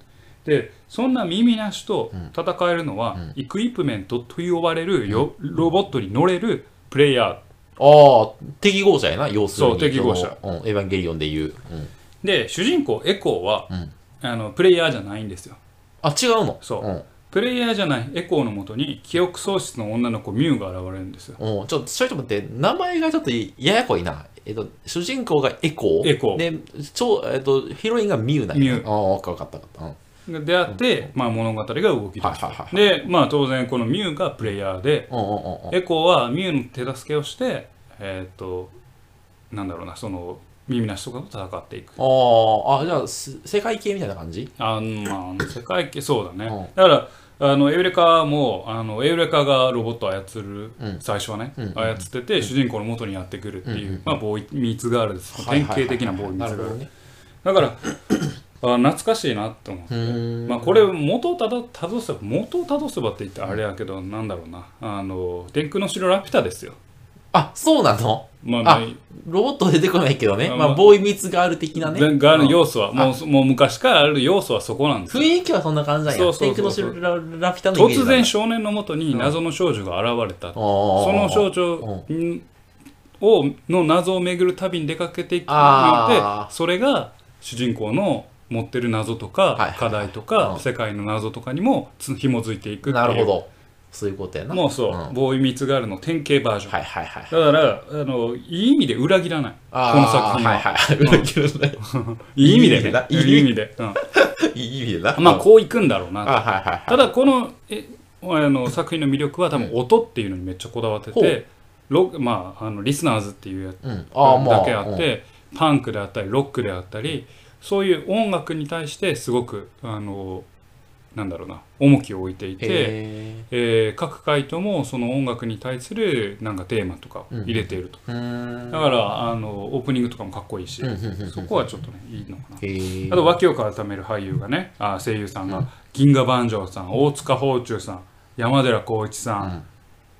Speaker 1: てでそんな耳なしと
Speaker 2: うん
Speaker 1: 戦えるのは、
Speaker 2: うん
Speaker 1: イクイプメントと呼ばれるよ、ロボットに乗れるプレイヤー
Speaker 2: ああ、適合者やな、要するに。
Speaker 1: そう適合者
Speaker 2: そのうん、エヴァンゲリオンで言う。うん。
Speaker 1: で主人公エコーは、
Speaker 2: うん
Speaker 1: あのプレイヤーじゃないんですよ
Speaker 2: あ、違うの
Speaker 1: そう
Speaker 2: うん。
Speaker 1: プレイヤーじゃないエコーのもとに記憶喪失の女の子ミュウが現れるんですよ
Speaker 2: うん、ちょっと、ちょっと待って、名前がちょっとややこいな。えっと、主人公がエコー。
Speaker 1: エコー
Speaker 2: で、ちょえっと、ヒロインがミュウなんや
Speaker 1: ミュウ
Speaker 2: ああ、わかったわかった。うん。はい
Speaker 1: であって、まあ、物語が動き出
Speaker 2: はい
Speaker 1: す
Speaker 2: はいはい。
Speaker 1: で、まあ、当然このミュウがプレイヤーで
Speaker 2: うんうんうんうん。
Speaker 1: エコーはミュウの手助けをしてえーっとなんだろうなその耳なしとかと戦っていく
Speaker 2: ああ、あ、じゃあ、す世界系みたいな感じ
Speaker 1: あの、まあ、世界系そうだね、
Speaker 2: う
Speaker 1: だからあのエウレカもあのエウレカがロボットを操る、
Speaker 2: うん
Speaker 1: 最初はね、
Speaker 2: うん
Speaker 1: 操ってて、主人公の元にやってくるっていう、
Speaker 2: うん
Speaker 1: まあ、ボーイミーツガールです典型的なボーイミー
Speaker 2: な
Speaker 1: ツ
Speaker 2: る
Speaker 1: ガ
Speaker 2: ほ
Speaker 1: ー
Speaker 2: ど
Speaker 1: ル
Speaker 2: ね。
Speaker 1: だからあ懐かしいなと思って、
Speaker 2: うーん。
Speaker 1: まあ、これ元をたどたどせば元をたどせばって言ったらあれやけど、なんだろうなあの「天空の城ラピュタ」ですよ
Speaker 2: あ、そうなの
Speaker 1: まあ、
Speaker 2: あ
Speaker 1: ま
Speaker 2: ロボット出てこないけどね。
Speaker 1: あ
Speaker 2: ま
Speaker 1: ま
Speaker 2: あ、
Speaker 1: あ
Speaker 2: ボーイミーツガール的な
Speaker 1: あ
Speaker 2: ね。
Speaker 1: でがある
Speaker 2: うん
Speaker 1: 要素は、もうもう昔からある要素はそこなんですよ
Speaker 2: 雰囲気はそんな感じなんや。
Speaker 1: そうそう
Speaker 2: 天空
Speaker 1: そうそ
Speaker 2: の
Speaker 1: う
Speaker 2: 城ララピュタのイメージ
Speaker 1: 突
Speaker 2: なんや
Speaker 1: 然少年のもとに謎の少女が現れた、
Speaker 2: そ
Speaker 1: その
Speaker 2: の
Speaker 1: 少女をの謎を巡る旅に出かけていくによ
Speaker 2: あ
Speaker 1: っ
Speaker 2: ー
Speaker 1: てそれが主人公の持ってる謎と
Speaker 2: はいはい
Speaker 1: か
Speaker 2: はい
Speaker 1: 課題と
Speaker 2: うん
Speaker 1: か世界の謎とかにもつ紐づいていくって
Speaker 2: なる
Speaker 1: い
Speaker 2: ほ
Speaker 1: う
Speaker 2: どそういうことやな
Speaker 1: もうそ
Speaker 2: ん
Speaker 1: う
Speaker 2: はい
Speaker 1: ボーイ・ミーツ・ガールの典型バージョン
Speaker 2: はいはい
Speaker 1: だからあのいい意味で裏切らないこ
Speaker 2: あー
Speaker 1: の作品
Speaker 2: はい
Speaker 1: は
Speaker 2: はい 裏切らない
Speaker 1: いい意味でね
Speaker 2: い
Speaker 1: い
Speaker 2: い
Speaker 1: い
Speaker 2: 意味でない
Speaker 1: 意味でう
Speaker 2: いい意味でなん
Speaker 1: まあこういくんだろうな
Speaker 2: あはいはいはい
Speaker 1: ただこのえあの作品の魅力は多分音っていうのにめっちゃこだわって
Speaker 2: ほう
Speaker 1: て、ロまあ、あのリスナーズっていうやつ
Speaker 2: うんあーまあ
Speaker 1: だけあってパンクであったりロックであったりそういう音楽に対してすごくあのなんだろうな重きを置いてい
Speaker 2: うん
Speaker 1: て、
Speaker 2: へー
Speaker 1: えー各回ともその音楽に対するなんかテーマとかを入れていると、
Speaker 2: うーん
Speaker 1: だからあのオープニングとかもかっこいいし、
Speaker 2: うんうんうんうん
Speaker 1: そこはちょっとねいいのかな
Speaker 2: へー
Speaker 1: あと脇を固める俳優がねあ声優さんが、銀河万丈さん大塚芳忠さん山寺宏一さん、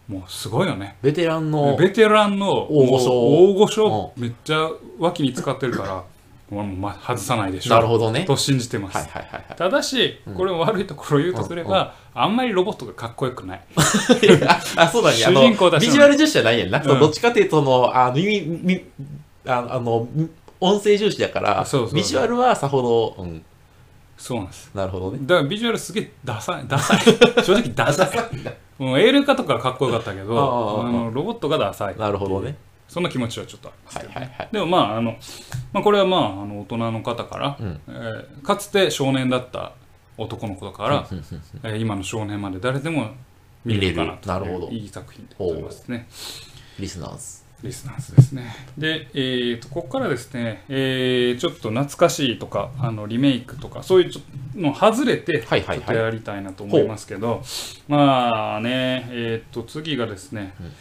Speaker 1: もうすごいよね
Speaker 2: ベテランの
Speaker 1: ベテランの
Speaker 2: 大御所
Speaker 1: もう大御所めっちゃ脇に使ってるから俺もま外さないでしょ
Speaker 2: なるほどね
Speaker 1: と信じてます、
Speaker 2: はいはいはいはい
Speaker 1: ただしこれも悪いところを言うとすれば、あんまりロボットがかっこよくない
Speaker 2: ああ、そうだね。あ
Speaker 1: 主人公
Speaker 2: の、
Speaker 1: だし
Speaker 2: ビジュアル重視じゃないやんな。
Speaker 1: ん
Speaker 2: そうどっちかっていうと、その、あの、耳、みああの、音声重視だから、
Speaker 1: そうそうそう
Speaker 2: ビジュアルはさほど、うん、
Speaker 1: そうなんです
Speaker 2: なるほどね。
Speaker 1: だからビジュアルすげえダサいダサい 正直ダサいもうエールカとかはかっこよかったけど
Speaker 2: ああああ
Speaker 1: あのロボットがダサい
Speaker 2: なるほどね。
Speaker 1: そんな気持ちはちょっとあるんです
Speaker 2: は
Speaker 1: け
Speaker 2: い
Speaker 1: ど、
Speaker 2: はいはい。
Speaker 1: でもまああの、まあ、これはまああの大人の方から、
Speaker 2: うん
Speaker 1: えーかつて少年だった男の子だから、
Speaker 2: うんうん
Speaker 1: えー今の少年まで誰でも見れるかなと
Speaker 2: 見れるなるほど
Speaker 1: いい作品でございますね
Speaker 2: リスナーズ。
Speaker 1: リスナーズですねで、えー、とここからですね、えーちょっと懐かしいとかあのリメイクとかそういうちょっとの外れて
Speaker 2: はいはいはい
Speaker 1: ちょっとやりたいなと思いますけど、まあねえー、と次がですね、えー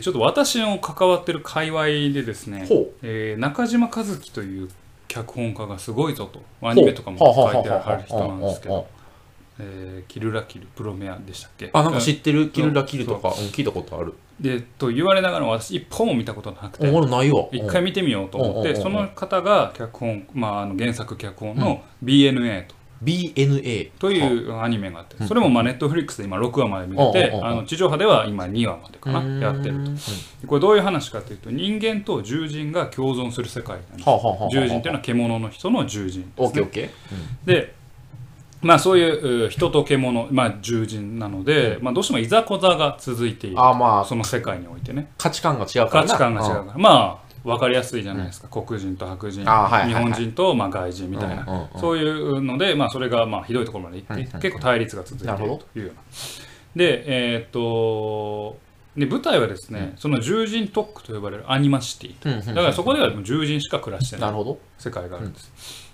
Speaker 1: ちょっと私の関わってる界隈でですね
Speaker 2: ほう、
Speaker 1: えー中島和樹という脚本家がすごいぞとアニメとかも書いてある人なんですけどえーキルラキルプロメアでしたっけ
Speaker 2: あなんか知ってるキルラキルとかうん聞いたことある
Speaker 1: でと言われながらも私一本も見たことなく
Speaker 2: あ
Speaker 1: て
Speaker 2: 俺ないわ
Speaker 1: 一回見てみようと思っ
Speaker 2: うんうんうん
Speaker 1: て
Speaker 2: うん
Speaker 1: その方が脚本、まあ、あの原作脚本の BNA と
Speaker 2: BNA
Speaker 1: というアニメがあって、それもまあネットフリックスで今6話まで見れ
Speaker 2: うんうん
Speaker 1: て
Speaker 2: うん、うん
Speaker 1: あの地上波では今2話までかな、やってる
Speaker 2: と
Speaker 1: と。これどういう話かというと、人間と獣人が共存する世界なんです
Speaker 2: はあはあはあはあ
Speaker 1: 獣人っていうのは獣の人の獣人
Speaker 2: オ
Speaker 1: で
Speaker 2: ッ
Speaker 1: す
Speaker 2: ケ
Speaker 1: ね
Speaker 2: ーオッケー
Speaker 1: でまあそういうう人と獣、まあ、獣人なので、まあ、どうしてもいざこざが続いている
Speaker 2: あーまあ
Speaker 1: その世界においてね
Speaker 2: 価値観が違うか
Speaker 1: 価
Speaker 2: らな
Speaker 1: 値観が違うから、まあ分かりやすいじゃないですか、黒人と白人、
Speaker 2: あーはいはいはい
Speaker 1: 日本人とまあ外人みたいな、
Speaker 2: うんうんうん
Speaker 1: そういうので、まあ、それがまあひどいところまでいって、
Speaker 2: うんうんうん
Speaker 1: 結構対立が続いてい
Speaker 2: なる
Speaker 1: る
Speaker 2: ほど
Speaker 1: というような。でえーっとで舞台はですね、その獣人特区と呼ばれるアニマシティと、
Speaker 2: うんうんうん
Speaker 1: だからそこではもう獣人しか暮らしてない
Speaker 2: なるほど
Speaker 1: 世界があるんです、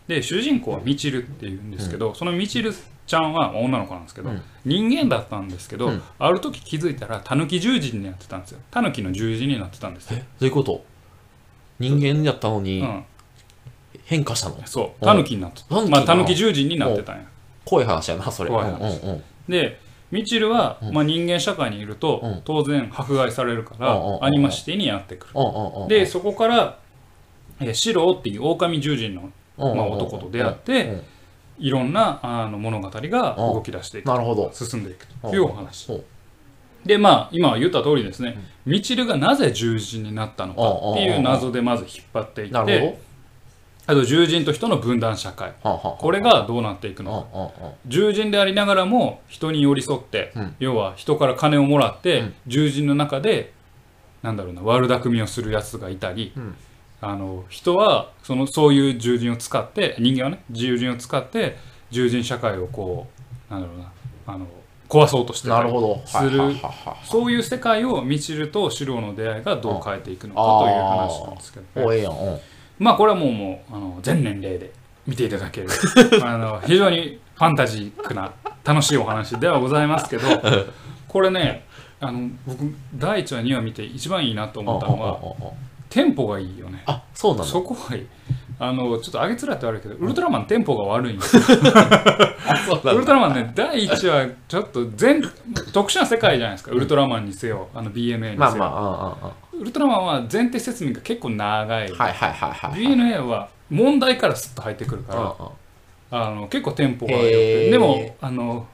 Speaker 1: で主人公はみちるっていうんですけど、そのみちるちゃんはまあ女の子なんですけど、
Speaker 2: うん
Speaker 1: 人間だったんですけど、
Speaker 2: うん
Speaker 1: ある時気づいたらたぬき十字になってたんですよたぬきの十字になってたんですよ、
Speaker 2: どういうこと人間やったのに
Speaker 1: うん、
Speaker 2: 変化したの
Speaker 1: そう
Speaker 2: うん
Speaker 1: たぬきになってた
Speaker 2: 狸
Speaker 1: まあたぬき十字になってたんや
Speaker 2: 怖い話やなそれ
Speaker 1: 怖い
Speaker 2: うんうん
Speaker 1: 話
Speaker 2: うん
Speaker 1: でみちるは、
Speaker 2: うん
Speaker 1: まあ、人間社会にいると、
Speaker 2: うん
Speaker 1: 当然迫害されるから、
Speaker 2: うんうんうんうん
Speaker 1: アニマシティにやってくる、
Speaker 2: うんうんうんうん
Speaker 1: でそこから、えーシローっていう狼獣人の、
Speaker 2: うんうんうん
Speaker 1: まあ、男と出会って、
Speaker 2: うんうん
Speaker 1: いろんなあの物語が動き出していく
Speaker 2: なるほど
Speaker 1: 進んでいくというお話
Speaker 2: うん
Speaker 1: でまあ今言った通りですねみちるがなぜ獣人になったのかっていう謎でまず引っ張っていっ
Speaker 2: なる
Speaker 1: て
Speaker 2: ほ
Speaker 1: あと獣人と人の分断社会
Speaker 2: どはあは
Speaker 1: これがどうなっていく
Speaker 2: あ
Speaker 1: のか
Speaker 2: はあうんうんうん
Speaker 1: 獣人でありながらも人に寄り添って、要は人から金をもらって、獣人の中でなんだろうな悪巧みをするやつがいたり、あの人はそのそういう獣人を使って人間はね獣人を使って獣人社会をこうなんだろうなあの壊そうとして
Speaker 2: うん
Speaker 1: た
Speaker 2: な
Speaker 1: り
Speaker 2: るほど
Speaker 1: する
Speaker 2: はいはいはいはい
Speaker 1: そういう世界をみちるとシローの出会いがどう変えていくのか
Speaker 2: あー
Speaker 1: という話なんですけど、
Speaker 2: おええやんうん
Speaker 1: まあこれはもうもうあの全年齢で見ていただけ るあの非常にファンタジックな楽しいお話ではございますけ どこれねあの僕第1話2話見て一番いいなと思ったのは
Speaker 2: うんうんうんうん
Speaker 1: テンポがいいよね
Speaker 2: あそうなの
Speaker 1: そこがいいあのちょっと上げつらって悪いけどウルトラマンテンポが悪いんですよ
Speaker 2: あそう
Speaker 1: ウ
Speaker 2: な
Speaker 1: ル
Speaker 2: の
Speaker 1: トラマンね第1話ちょっと全特殊な世界じゃないですかウルトラマンにせよあの BMA にせよ、
Speaker 2: まあまあうんうんうん
Speaker 1: ウルトラマンは前提説明が結構長い、
Speaker 2: はいはいはいはい
Speaker 1: DNA は問題からスッと入ってくるから、
Speaker 2: うんうん
Speaker 1: あの結構テンポが良く
Speaker 2: へー
Speaker 1: てでもあの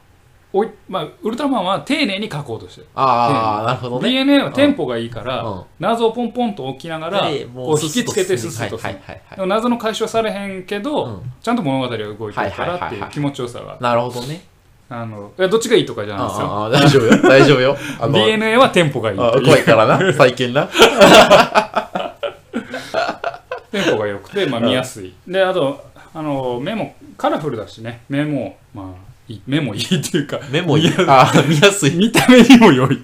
Speaker 1: おい、まあ、ウルトラマンは丁寧に書こうとしてる、
Speaker 2: ああなるほどね
Speaker 1: DNA はテンポがいいから、
Speaker 2: うん
Speaker 1: 謎をポンポンと置きながら、
Speaker 2: でも
Speaker 1: こう引きつけて
Speaker 2: ス
Speaker 1: スッ
Speaker 2: ッスッ
Speaker 1: ス
Speaker 2: と
Speaker 1: と
Speaker 2: は
Speaker 1: す
Speaker 2: い
Speaker 1: る、
Speaker 2: はいはい
Speaker 1: でも謎の解消はされへんけど、
Speaker 2: うん
Speaker 1: ちゃんと物語が動いてるからって
Speaker 2: はいはいはい
Speaker 1: い
Speaker 2: はいう
Speaker 1: 気持ちよさが
Speaker 2: なるほどね
Speaker 1: あのいやどっちがいいとかじゃないんですよ
Speaker 2: ああああ大丈夫よ大丈夫よあの
Speaker 1: DNA はテンポがいい
Speaker 2: あ
Speaker 1: という
Speaker 2: 怖いからな最近な
Speaker 1: テンポが良くて、まあ、見やすいであとあの目もカラフルだしね目もまあいい目もいいって いうか
Speaker 2: メモいいああ見やすい
Speaker 1: 見た目にも良い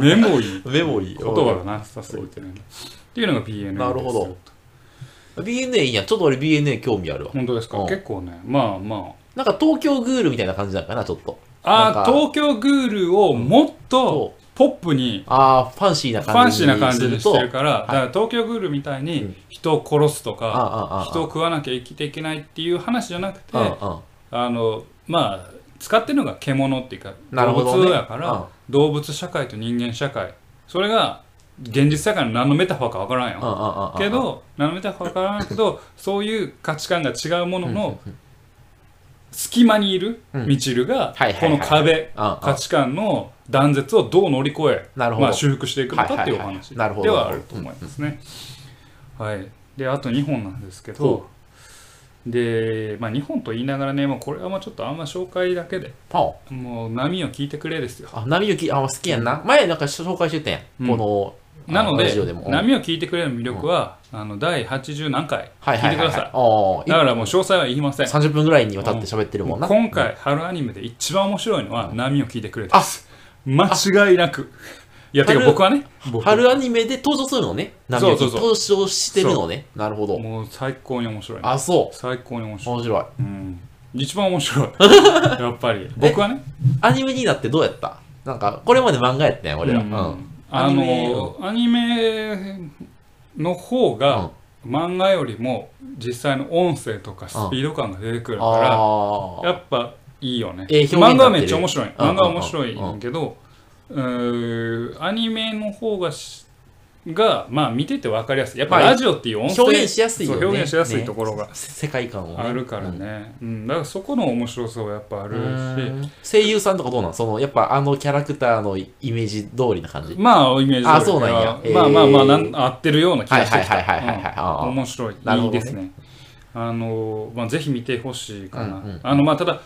Speaker 1: 目もいい
Speaker 2: メモいい
Speaker 1: 言葉がなさすぎてねっていうのが BNA です
Speaker 2: なるほど BNA いいやんちょっと俺 BNA 興味あるわ
Speaker 1: 本当ですか
Speaker 2: うん
Speaker 1: 結構ねまあま
Speaker 2: なんか東京グールみたいな感じなのかなちょっとなん
Speaker 1: あ
Speaker 2: か
Speaker 1: あー東京グールをもっと
Speaker 2: そ
Speaker 1: ポップに
Speaker 2: ああファンシーな
Speaker 1: ファ
Speaker 2: 感
Speaker 1: ン
Speaker 2: じ
Speaker 1: シー
Speaker 2: に
Speaker 1: な感じにしてる
Speaker 2: すと
Speaker 1: からだ
Speaker 2: い
Speaker 1: から東京グールみたいに人を殺すと
Speaker 2: ああ
Speaker 1: か
Speaker 2: あああ
Speaker 1: 人を食わなきゃ生きていけないっていう話じゃなくて
Speaker 2: ああ
Speaker 1: あのまあ使ってるのが獣っていうか
Speaker 2: なる
Speaker 1: 動
Speaker 2: ほどね
Speaker 1: 物やから、
Speaker 2: うん
Speaker 1: 動物社会と人間社会それが現実社会の何のメタファーかわからん
Speaker 2: ああ
Speaker 1: よ
Speaker 2: あああ
Speaker 1: けど何のメタファーかわからんけどそういう価値観が違うものの隙間にいる
Speaker 2: うん
Speaker 1: みちるが
Speaker 2: はいはいは
Speaker 1: こ
Speaker 2: い
Speaker 1: の壁
Speaker 2: ああ
Speaker 1: 価値観の断絶をどう乗り越え
Speaker 2: なるほど
Speaker 1: まあ、修復していくのかっていうお
Speaker 2: はいはいはい
Speaker 1: 話
Speaker 2: なるほ
Speaker 1: で
Speaker 2: ど
Speaker 1: はあると思いますね。はい、であと2本なんですけどで、まあ、2本と言いながらねもうこれはもうちょっとあんま紹介だけで
Speaker 2: パオ
Speaker 1: もう波を聞いてくれですよ。
Speaker 2: あ波行きあ好きやんな前なんか紹介してたや
Speaker 1: うんん
Speaker 2: この
Speaker 1: なの
Speaker 2: あラ
Speaker 1: で
Speaker 2: ジオでも
Speaker 1: 波を聞いてくれる魅力は、あの第80何回
Speaker 2: はい
Speaker 1: 聞
Speaker 2: はいい
Speaker 1: てくだ
Speaker 2: はいはい
Speaker 1: さい。
Speaker 2: あ
Speaker 1: だ
Speaker 2: あ
Speaker 1: からもう詳細は言いません。
Speaker 2: 30分ぐらいにわたって喋ってるもんな
Speaker 1: 今回、春アニメで一番面白いのは波を聞いてくれてます。間違いなく。いや、てか
Speaker 2: 春
Speaker 1: 僕はね、僕
Speaker 2: 春アニメで登場するのね。波
Speaker 1: そう
Speaker 2: 行き
Speaker 1: そうそう
Speaker 2: 登場してるのね。なるほど。
Speaker 1: もう最高に面白い。
Speaker 2: あ、そ
Speaker 1: 最高に面
Speaker 2: う。
Speaker 1: 白い。
Speaker 2: 面白い。
Speaker 1: うん。一番面 白い。やっぱり。僕はね、
Speaker 2: アニメになってどうやったなんか、これまで漫画やったやん、俺ら。う。
Speaker 1: うんん
Speaker 2: ア
Speaker 1: あ
Speaker 2: ニメ
Speaker 1: の、アニメの方が、漫画よりも実際の音声とかスピード感が出てくるか
Speaker 2: あ
Speaker 1: ら
Speaker 2: あ。
Speaker 1: やっぱいいよね、
Speaker 2: えー表現になっ
Speaker 1: 漫
Speaker 2: てる
Speaker 1: 画はめっちゃ面白い
Speaker 2: うんうんうん
Speaker 1: 漫画は面白いんやけどうーアニメの方がしが、まあ、見てて分かりやすいやっぱ
Speaker 2: まあ
Speaker 1: ラジオっていう音声、
Speaker 2: 表現しやすいよね
Speaker 1: そう表現しやすいところが
Speaker 2: 世界観をね、
Speaker 1: あるから
Speaker 2: うん
Speaker 1: ね、うんだからそこの面白さはやっぱあるし
Speaker 2: 声優さんとかどうなんそのやっぱあのキャラクターのイメージ通りな感じ
Speaker 1: まあイメージ通り
Speaker 2: あそうなんやえー
Speaker 1: まあまあまあなん合ってるような気がしてきた
Speaker 2: はいはいはいはいはいはいああ
Speaker 1: うん面白い
Speaker 2: なる
Speaker 1: い
Speaker 2: ほ
Speaker 1: い
Speaker 2: どね
Speaker 1: ですねあの、まあ、ぜひ見てほしいかな、
Speaker 2: うんうん
Speaker 1: あのまあただ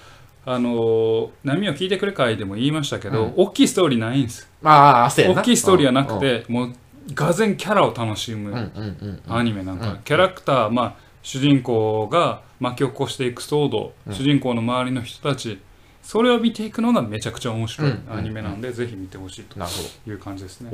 Speaker 1: あの波を聞いてくれ会でも言いましたけど、
Speaker 2: うん
Speaker 1: 大きいストーリーないんです
Speaker 2: まあそうやな
Speaker 1: 大きいストーリーはなくて、もうがぜんキャラを楽しむ、
Speaker 2: うんうんうんうん
Speaker 1: アニメなんか、
Speaker 2: うん
Speaker 1: キャラクター、まあ、主人公が巻き起こしていく騒動、主人公の周りの人たちそれを見ていくのがめちゃくちゃ面白い
Speaker 2: うん
Speaker 1: アニメなんで、ぜひ見てほしいと
Speaker 2: なるほど
Speaker 1: いう感じですね。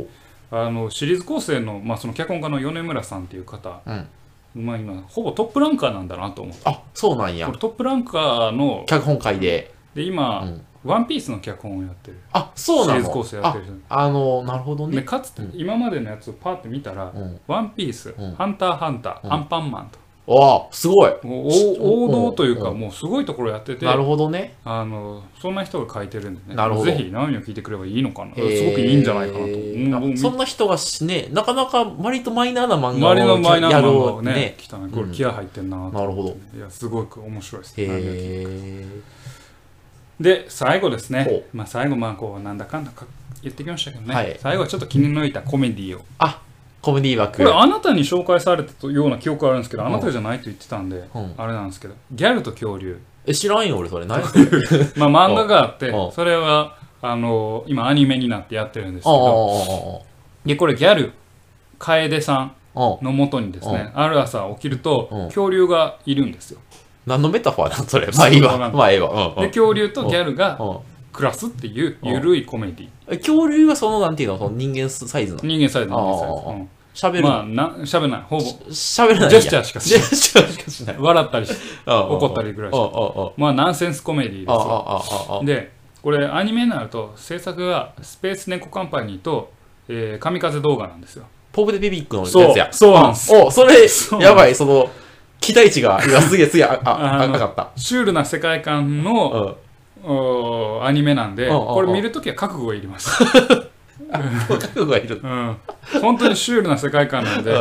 Speaker 1: あのシリーズ構成の,、まあその脚本家の米村さんっていう方、
Speaker 2: うん
Speaker 1: まあ、今ほぼトップランカーなんだなと思って
Speaker 2: あそうなんや
Speaker 1: これトップランカーの
Speaker 2: 脚本会で、
Speaker 1: で
Speaker 2: う
Speaker 1: 今、
Speaker 2: ん、
Speaker 1: ワンピースの脚本をやってる
Speaker 2: あそう
Speaker 1: シ
Speaker 2: なの
Speaker 1: リーズ構成やってる人
Speaker 2: ああのなるほど
Speaker 1: で
Speaker 2: ね
Speaker 1: かつて、
Speaker 2: うん
Speaker 1: 今までのやつをパーって見たら「
Speaker 2: うん
Speaker 1: ワンピース、
Speaker 2: うん
Speaker 1: ハンターハンター、
Speaker 2: うん
Speaker 1: アンパンマン」と。
Speaker 2: わあすごい
Speaker 1: もうお王
Speaker 2: うん
Speaker 1: 道というか、
Speaker 2: うん
Speaker 1: もうすごいところやってて
Speaker 2: なるほどね
Speaker 1: あのそんな人が書いてるんで
Speaker 2: なる
Speaker 1: ね
Speaker 2: ほど
Speaker 1: ぜひ何を聞いてくればいいのかなす
Speaker 2: へー
Speaker 1: ごくいいんじゃないかなともう
Speaker 2: あそんな人がしねなかなか割とマイナーな漫画
Speaker 1: 周りのマイナー
Speaker 2: や
Speaker 1: な漫
Speaker 2: ろ
Speaker 1: 画を
Speaker 2: う
Speaker 1: ね
Speaker 2: ね
Speaker 1: 来たねこ
Speaker 2: う
Speaker 1: れ
Speaker 2: ん
Speaker 1: 気合入ってんなと
Speaker 2: なるほど
Speaker 1: いやすごく面白いです
Speaker 2: へえ
Speaker 1: で最後ですね
Speaker 2: ほ、
Speaker 1: まあ、最後まあこうなんだかんだか言ってきましたけどね、
Speaker 2: はい
Speaker 1: 最後はちょっと気に抜いたコメディを
Speaker 2: あコメディ枠
Speaker 1: これあなたに紹介されたような記憶があるんですけど、
Speaker 2: うん
Speaker 1: あなたじゃないと言ってたんで、
Speaker 2: ん
Speaker 1: あれなんですけどギャルと恐竜
Speaker 2: え知らんよ俺それ何
Speaker 1: まあ漫画があって
Speaker 2: うん
Speaker 1: それはあの今アニメになってやってるんですけ
Speaker 2: あああ
Speaker 1: ど
Speaker 2: あ
Speaker 1: でこれギャル楓さ
Speaker 2: あああ
Speaker 1: んのもとにですねある朝起きると
Speaker 2: うん
Speaker 1: 恐竜がいるんですよ
Speaker 2: 何のメタファー なんそれまあいい
Speaker 1: そうな
Speaker 2: わ
Speaker 1: んだ
Speaker 2: まあいいわうん
Speaker 1: で
Speaker 2: うん
Speaker 1: 恐竜とギャルが
Speaker 2: うん
Speaker 1: 暮らすっていうゆるいコメディ
Speaker 2: え恐竜はそのなんていうのその人間サイズなの
Speaker 1: 人間サイズの人間
Speaker 2: ああああ
Speaker 1: サ
Speaker 2: 喋
Speaker 1: イズ、うん、
Speaker 2: る
Speaker 1: まあ
Speaker 2: の
Speaker 1: なしゃべらないほぼ
Speaker 2: しゃべらないん
Speaker 1: ジ
Speaker 2: や
Speaker 1: ェスチャーしかし
Speaker 2: ジェスチャーしかしない
Speaker 1: 笑ったりして怒
Speaker 2: 怒
Speaker 1: ったりぐらいし
Speaker 2: あ
Speaker 1: か
Speaker 2: ああ
Speaker 1: まあナンセンスコメディです
Speaker 2: ああ
Speaker 1: よ
Speaker 2: ああああ
Speaker 1: でこれアニメになると制作がスペース猫カンパニーと、えー、神風動画なんですよ
Speaker 2: ポープデビビックの
Speaker 1: そう
Speaker 2: やつや
Speaker 1: そうなんです
Speaker 2: おそれ
Speaker 1: そうなんです
Speaker 2: やばいその期待値が今すげえすげえああ
Speaker 1: あの
Speaker 2: 赤かった
Speaker 1: シュールな世界観の、
Speaker 2: うん
Speaker 1: おーアニメなんで、
Speaker 2: うんうんうん
Speaker 1: これ見るときは覚悟がいります。
Speaker 2: 覚悟がいる
Speaker 1: うん、本当にシュールな世界観なん
Speaker 2: うんう
Speaker 1: で、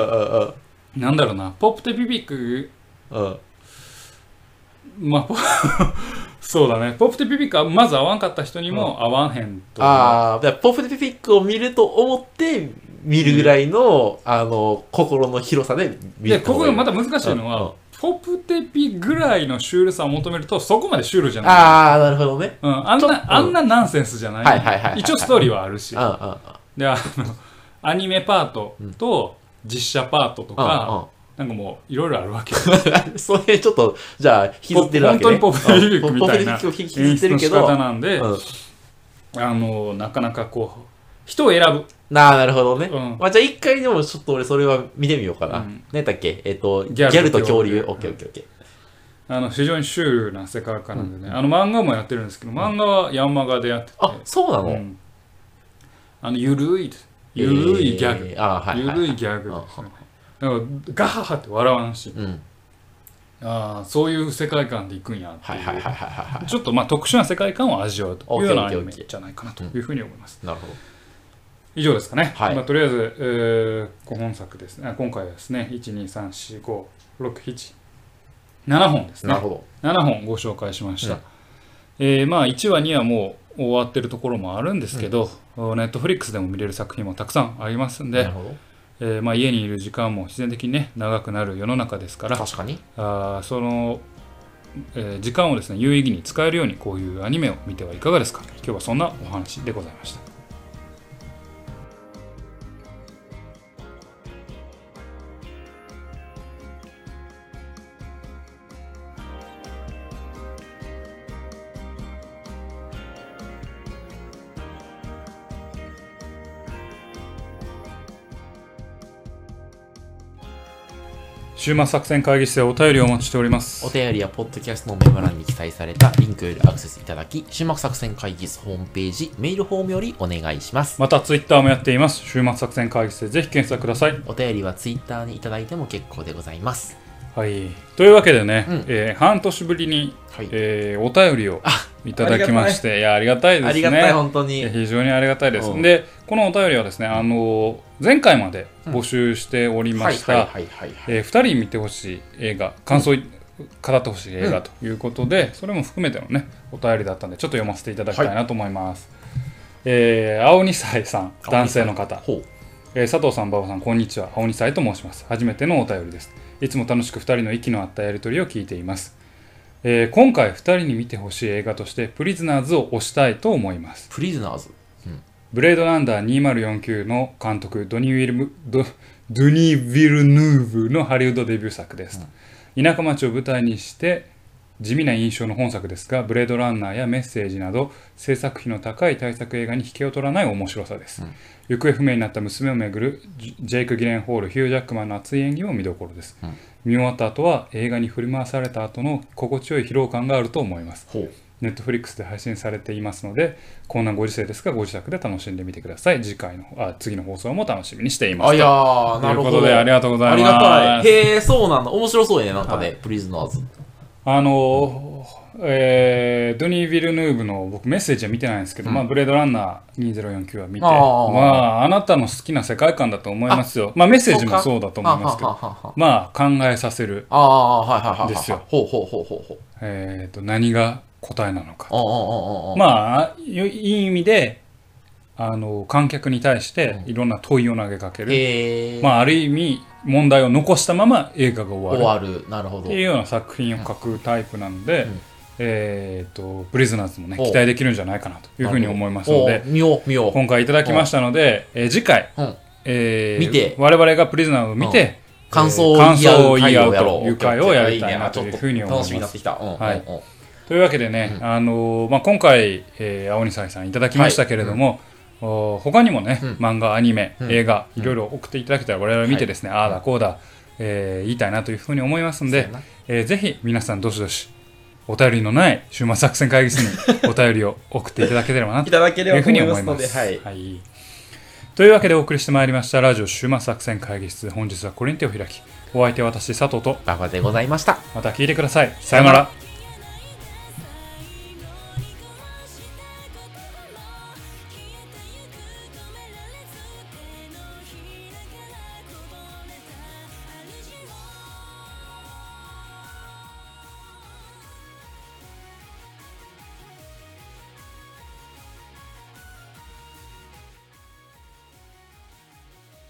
Speaker 2: ん
Speaker 1: なんだろうな、ポップテピピック、
Speaker 2: うんうん
Speaker 1: まあ、ポそうだね、ポップテ ピピックはまず合わんかった人にも合わんへんとか、
Speaker 2: ああ、だからポップデピックを見ると思って見るぐらいの、あの、心の広さで見
Speaker 1: で、
Speaker 2: ると
Speaker 1: ここ
Speaker 2: 思う
Speaker 1: が
Speaker 2: よ。
Speaker 1: また難しいの
Speaker 2: うんうん
Speaker 1: は、ポップテピぐらいのシュールさを求めると、そこまでシュールじゃない。
Speaker 2: ああ、なるほどね。
Speaker 1: うん、あん
Speaker 2: ちょっ
Speaker 1: な、
Speaker 2: と
Speaker 1: あんなナンセンスじゃない。
Speaker 2: はいはいはいはい
Speaker 1: 一応ストーリーはあるし
Speaker 2: うん。うんう
Speaker 1: で、あの、アニメパートと実写パートとか、なんかもういろいろあるわけよ
Speaker 2: んうん。 それちょっと、じゃあ、引きずってるわけね。
Speaker 1: ポップ本当にポップデビックみたいな
Speaker 2: うんポップデビックを引きず
Speaker 1: 演
Speaker 2: って
Speaker 1: 出
Speaker 2: る
Speaker 1: の
Speaker 2: け
Speaker 1: 仕
Speaker 2: ど、
Speaker 1: 方なんで、
Speaker 2: うん
Speaker 1: あのなかなかこう人を選ぶ
Speaker 2: なあ、なるほどね。
Speaker 1: うん
Speaker 2: まあ、じゃあ一回でもちょっと俺それは見てみようかな。
Speaker 1: う
Speaker 2: ね
Speaker 1: ん
Speaker 2: えだっけえっ、と、
Speaker 1: ギ
Speaker 2: ギ
Speaker 1: ャルと
Speaker 2: ャルと恐
Speaker 1: 恐
Speaker 2: 竜。
Speaker 1: 竜
Speaker 2: オッケーオッケーオッケー。
Speaker 1: あの非常にシュールな世界観なんでね、あの漫画もやってるんですけど漫画はヤンマガでやってて、
Speaker 2: あ、そうな
Speaker 1: う
Speaker 2: の
Speaker 1: んあのゆるいゆるいギャグ、
Speaker 2: えーあーはい、はい。
Speaker 1: ゆるいギャグですねだからガハハって笑わんし
Speaker 2: うん。
Speaker 1: ああそういう世界観でいくんやって、
Speaker 2: はいいうはいはいはいは
Speaker 1: ちょっとまあ特殊な世界観を味わうというような
Speaker 2: オッ
Speaker 1: ア
Speaker 2: ケー
Speaker 1: ニ
Speaker 2: オッケ
Speaker 1: メ
Speaker 2: ーオッケー
Speaker 1: じゃないかなというふうに思います
Speaker 2: い。なるほど。
Speaker 1: 以上ですかね、
Speaker 2: はい
Speaker 1: まあ、とりあえず、えー、5本作ですねあ今回はですね1234567本です
Speaker 2: なる
Speaker 1: ね
Speaker 2: ほど。
Speaker 1: 7本ご紹介しました、
Speaker 2: うん
Speaker 1: えーまあ1話2話もう終わってるところもあるんですけど、ネットフリックスでも見れる作品もたくさんありますん
Speaker 2: な
Speaker 1: で
Speaker 2: る、ほど。
Speaker 1: えーまあ、家にいる時間も必然的にね長くなる世の中ですから
Speaker 2: 確かに。
Speaker 1: あーその、えー時間をですね有意義に使えるようにこういうアニメを見てはいかがですか今日はそんなお話でございました週末作戦会議室でお便りをお待ちしております
Speaker 2: お便りやポッドキャストのメモ欄に記載されたリンクよりアクセスいただき、週末作戦会議室ホームページ、メールフォームよりお願いします。
Speaker 1: またツイッターもやっています。週末作戦会議室でぜひ検索ください。
Speaker 2: お便りはツイッターにいただいても結構でございます。
Speaker 1: はい。というわけでね、
Speaker 2: うん
Speaker 1: えー半年ぶりに、
Speaker 2: はい
Speaker 1: えーお便りをいただきまして、いや、ありがたいですね。
Speaker 2: ありがたい、本当
Speaker 1: い
Speaker 2: に
Speaker 1: や。非常にありがたいです、
Speaker 2: うん
Speaker 1: でこのお便りはですねあの前回まで募集しておりま
Speaker 2: はい
Speaker 1: し
Speaker 2: は
Speaker 1: た
Speaker 2: いはいはいはい。
Speaker 1: えー二人見てほしい映画感想い、語ってほしい映画ということで、それも含めてのねお便りだったんでちょっと読ませていただきたいなと思います、えー青二歳さん男性の方
Speaker 2: ほう。
Speaker 1: えー佐藤さん、馬場さん、こんにちは。青二歳と申します。初めてのお便りです。いつも楽しく2人の息の合ったやりとりを聞いています。えー今回2人に見てほしい映画として、プリズナーズを推したいと思います。
Speaker 2: プリズナーズ。
Speaker 1: ブレードランダー2049の監督ドニー・ウィルムドドゥニー・ヴィルヌーヴのハリウッドデビュー作です、田舎町を舞台にして地味な印象の本作ですがブレードランナーやメッセージなど制作費の高い大作映画に引けを取らない面白さです、行方不明になった娘をめぐるジジェイク・ギレンホールヒュー・ジャックマンの熱い演技も見どころです、
Speaker 2: うん
Speaker 1: 見終わった後は映画に振り回された後の心地よい疲労感があると思います
Speaker 2: ほう。
Speaker 1: ネットフリックスで配信されていますので、こんなご時世ですが、ご自宅で楽しんでみてください。次回の、あ、次の放送も楽しみにしています。
Speaker 2: あ、いや
Speaker 1: と
Speaker 2: ー、な
Speaker 1: いう
Speaker 2: る
Speaker 1: こ
Speaker 2: ほ
Speaker 1: と
Speaker 2: ど。
Speaker 1: で、ありがとうござ
Speaker 2: あ
Speaker 1: い
Speaker 2: り
Speaker 1: ます。
Speaker 2: がたい。へえ、そうなんだ。面白そうやね、なんかね、プリズナーズ。
Speaker 1: あのーえードニー・ヴィルヌーブの僕メッセージは見てないんですけど、
Speaker 2: うん
Speaker 1: まあ、ブレードランナー2049は見て
Speaker 2: あ
Speaker 1: ま
Speaker 2: ー
Speaker 1: あ、あなたの好きな世界観だと思いますよまあ、メッセージもそうだと思いますけ
Speaker 2: は
Speaker 1: ど
Speaker 2: はははは
Speaker 1: まあ考えさせる、
Speaker 2: ああ、はいはいはいはい。
Speaker 1: ですよ
Speaker 2: ほうほうほうほうほう。
Speaker 1: えー、と何が答えなのか
Speaker 2: ああ、ああ、ああ。
Speaker 1: まああよいい意味であの観客に対していろんな問いを投げかける、
Speaker 2: へえ。
Speaker 1: まあ、ある意味問題を残したまま映画が終
Speaker 2: 終
Speaker 1: わる
Speaker 2: わる。なるほ
Speaker 1: っ
Speaker 2: ど
Speaker 1: てい。うような作品を書くタイプなので、
Speaker 2: うん
Speaker 1: えっとブリズナーズもね
Speaker 2: おう
Speaker 1: 期待できるんじゃないかなというふうに思いますの
Speaker 2: お
Speaker 1: で
Speaker 2: う見よう、見よう。
Speaker 1: 今回いただきましたので、えー次回、
Speaker 2: うん
Speaker 1: えー
Speaker 2: 見て
Speaker 1: 我々がプリズナーズを見て、
Speaker 2: 感想を
Speaker 1: 感
Speaker 2: 言い合
Speaker 1: 想
Speaker 2: う
Speaker 1: を言
Speaker 2: 会
Speaker 1: い合
Speaker 2: を
Speaker 1: う
Speaker 2: やろ
Speaker 1: と
Speaker 2: う。
Speaker 1: いう会をやりたいなというふうに思い
Speaker 2: 楽
Speaker 1: ます
Speaker 2: しみになってきた。うんうんうん
Speaker 1: はいというわけでね、あのーまあ、今回、えー青二才さんいただきましたけれども、お他にもね、
Speaker 2: うん
Speaker 1: 漫画アニメ、
Speaker 2: うん
Speaker 1: 映画いろいろ送っていただけたら我々見てですね、ああだこうだ、えー言いたいなというふうに思いますの
Speaker 2: そ
Speaker 1: で
Speaker 2: うやな、
Speaker 1: えーぜひ皆さんどしどしお便りのない週末作戦会議室にお便りを送っていただければなと
Speaker 2: いただけれ
Speaker 1: いう
Speaker 2: ば
Speaker 1: ふ
Speaker 2: と
Speaker 1: う
Speaker 2: 思
Speaker 1: に
Speaker 2: い
Speaker 1: 思
Speaker 2: ま
Speaker 1: い
Speaker 2: すの
Speaker 1: ま
Speaker 2: で、
Speaker 1: す。
Speaker 2: はい。
Speaker 1: はいというわけでお送りしてまいりましたラジオ週末作戦会議室本日はこれに手を開きお相手は私佐藤と
Speaker 2: バカでございました。
Speaker 1: また聞いてくださいさよなら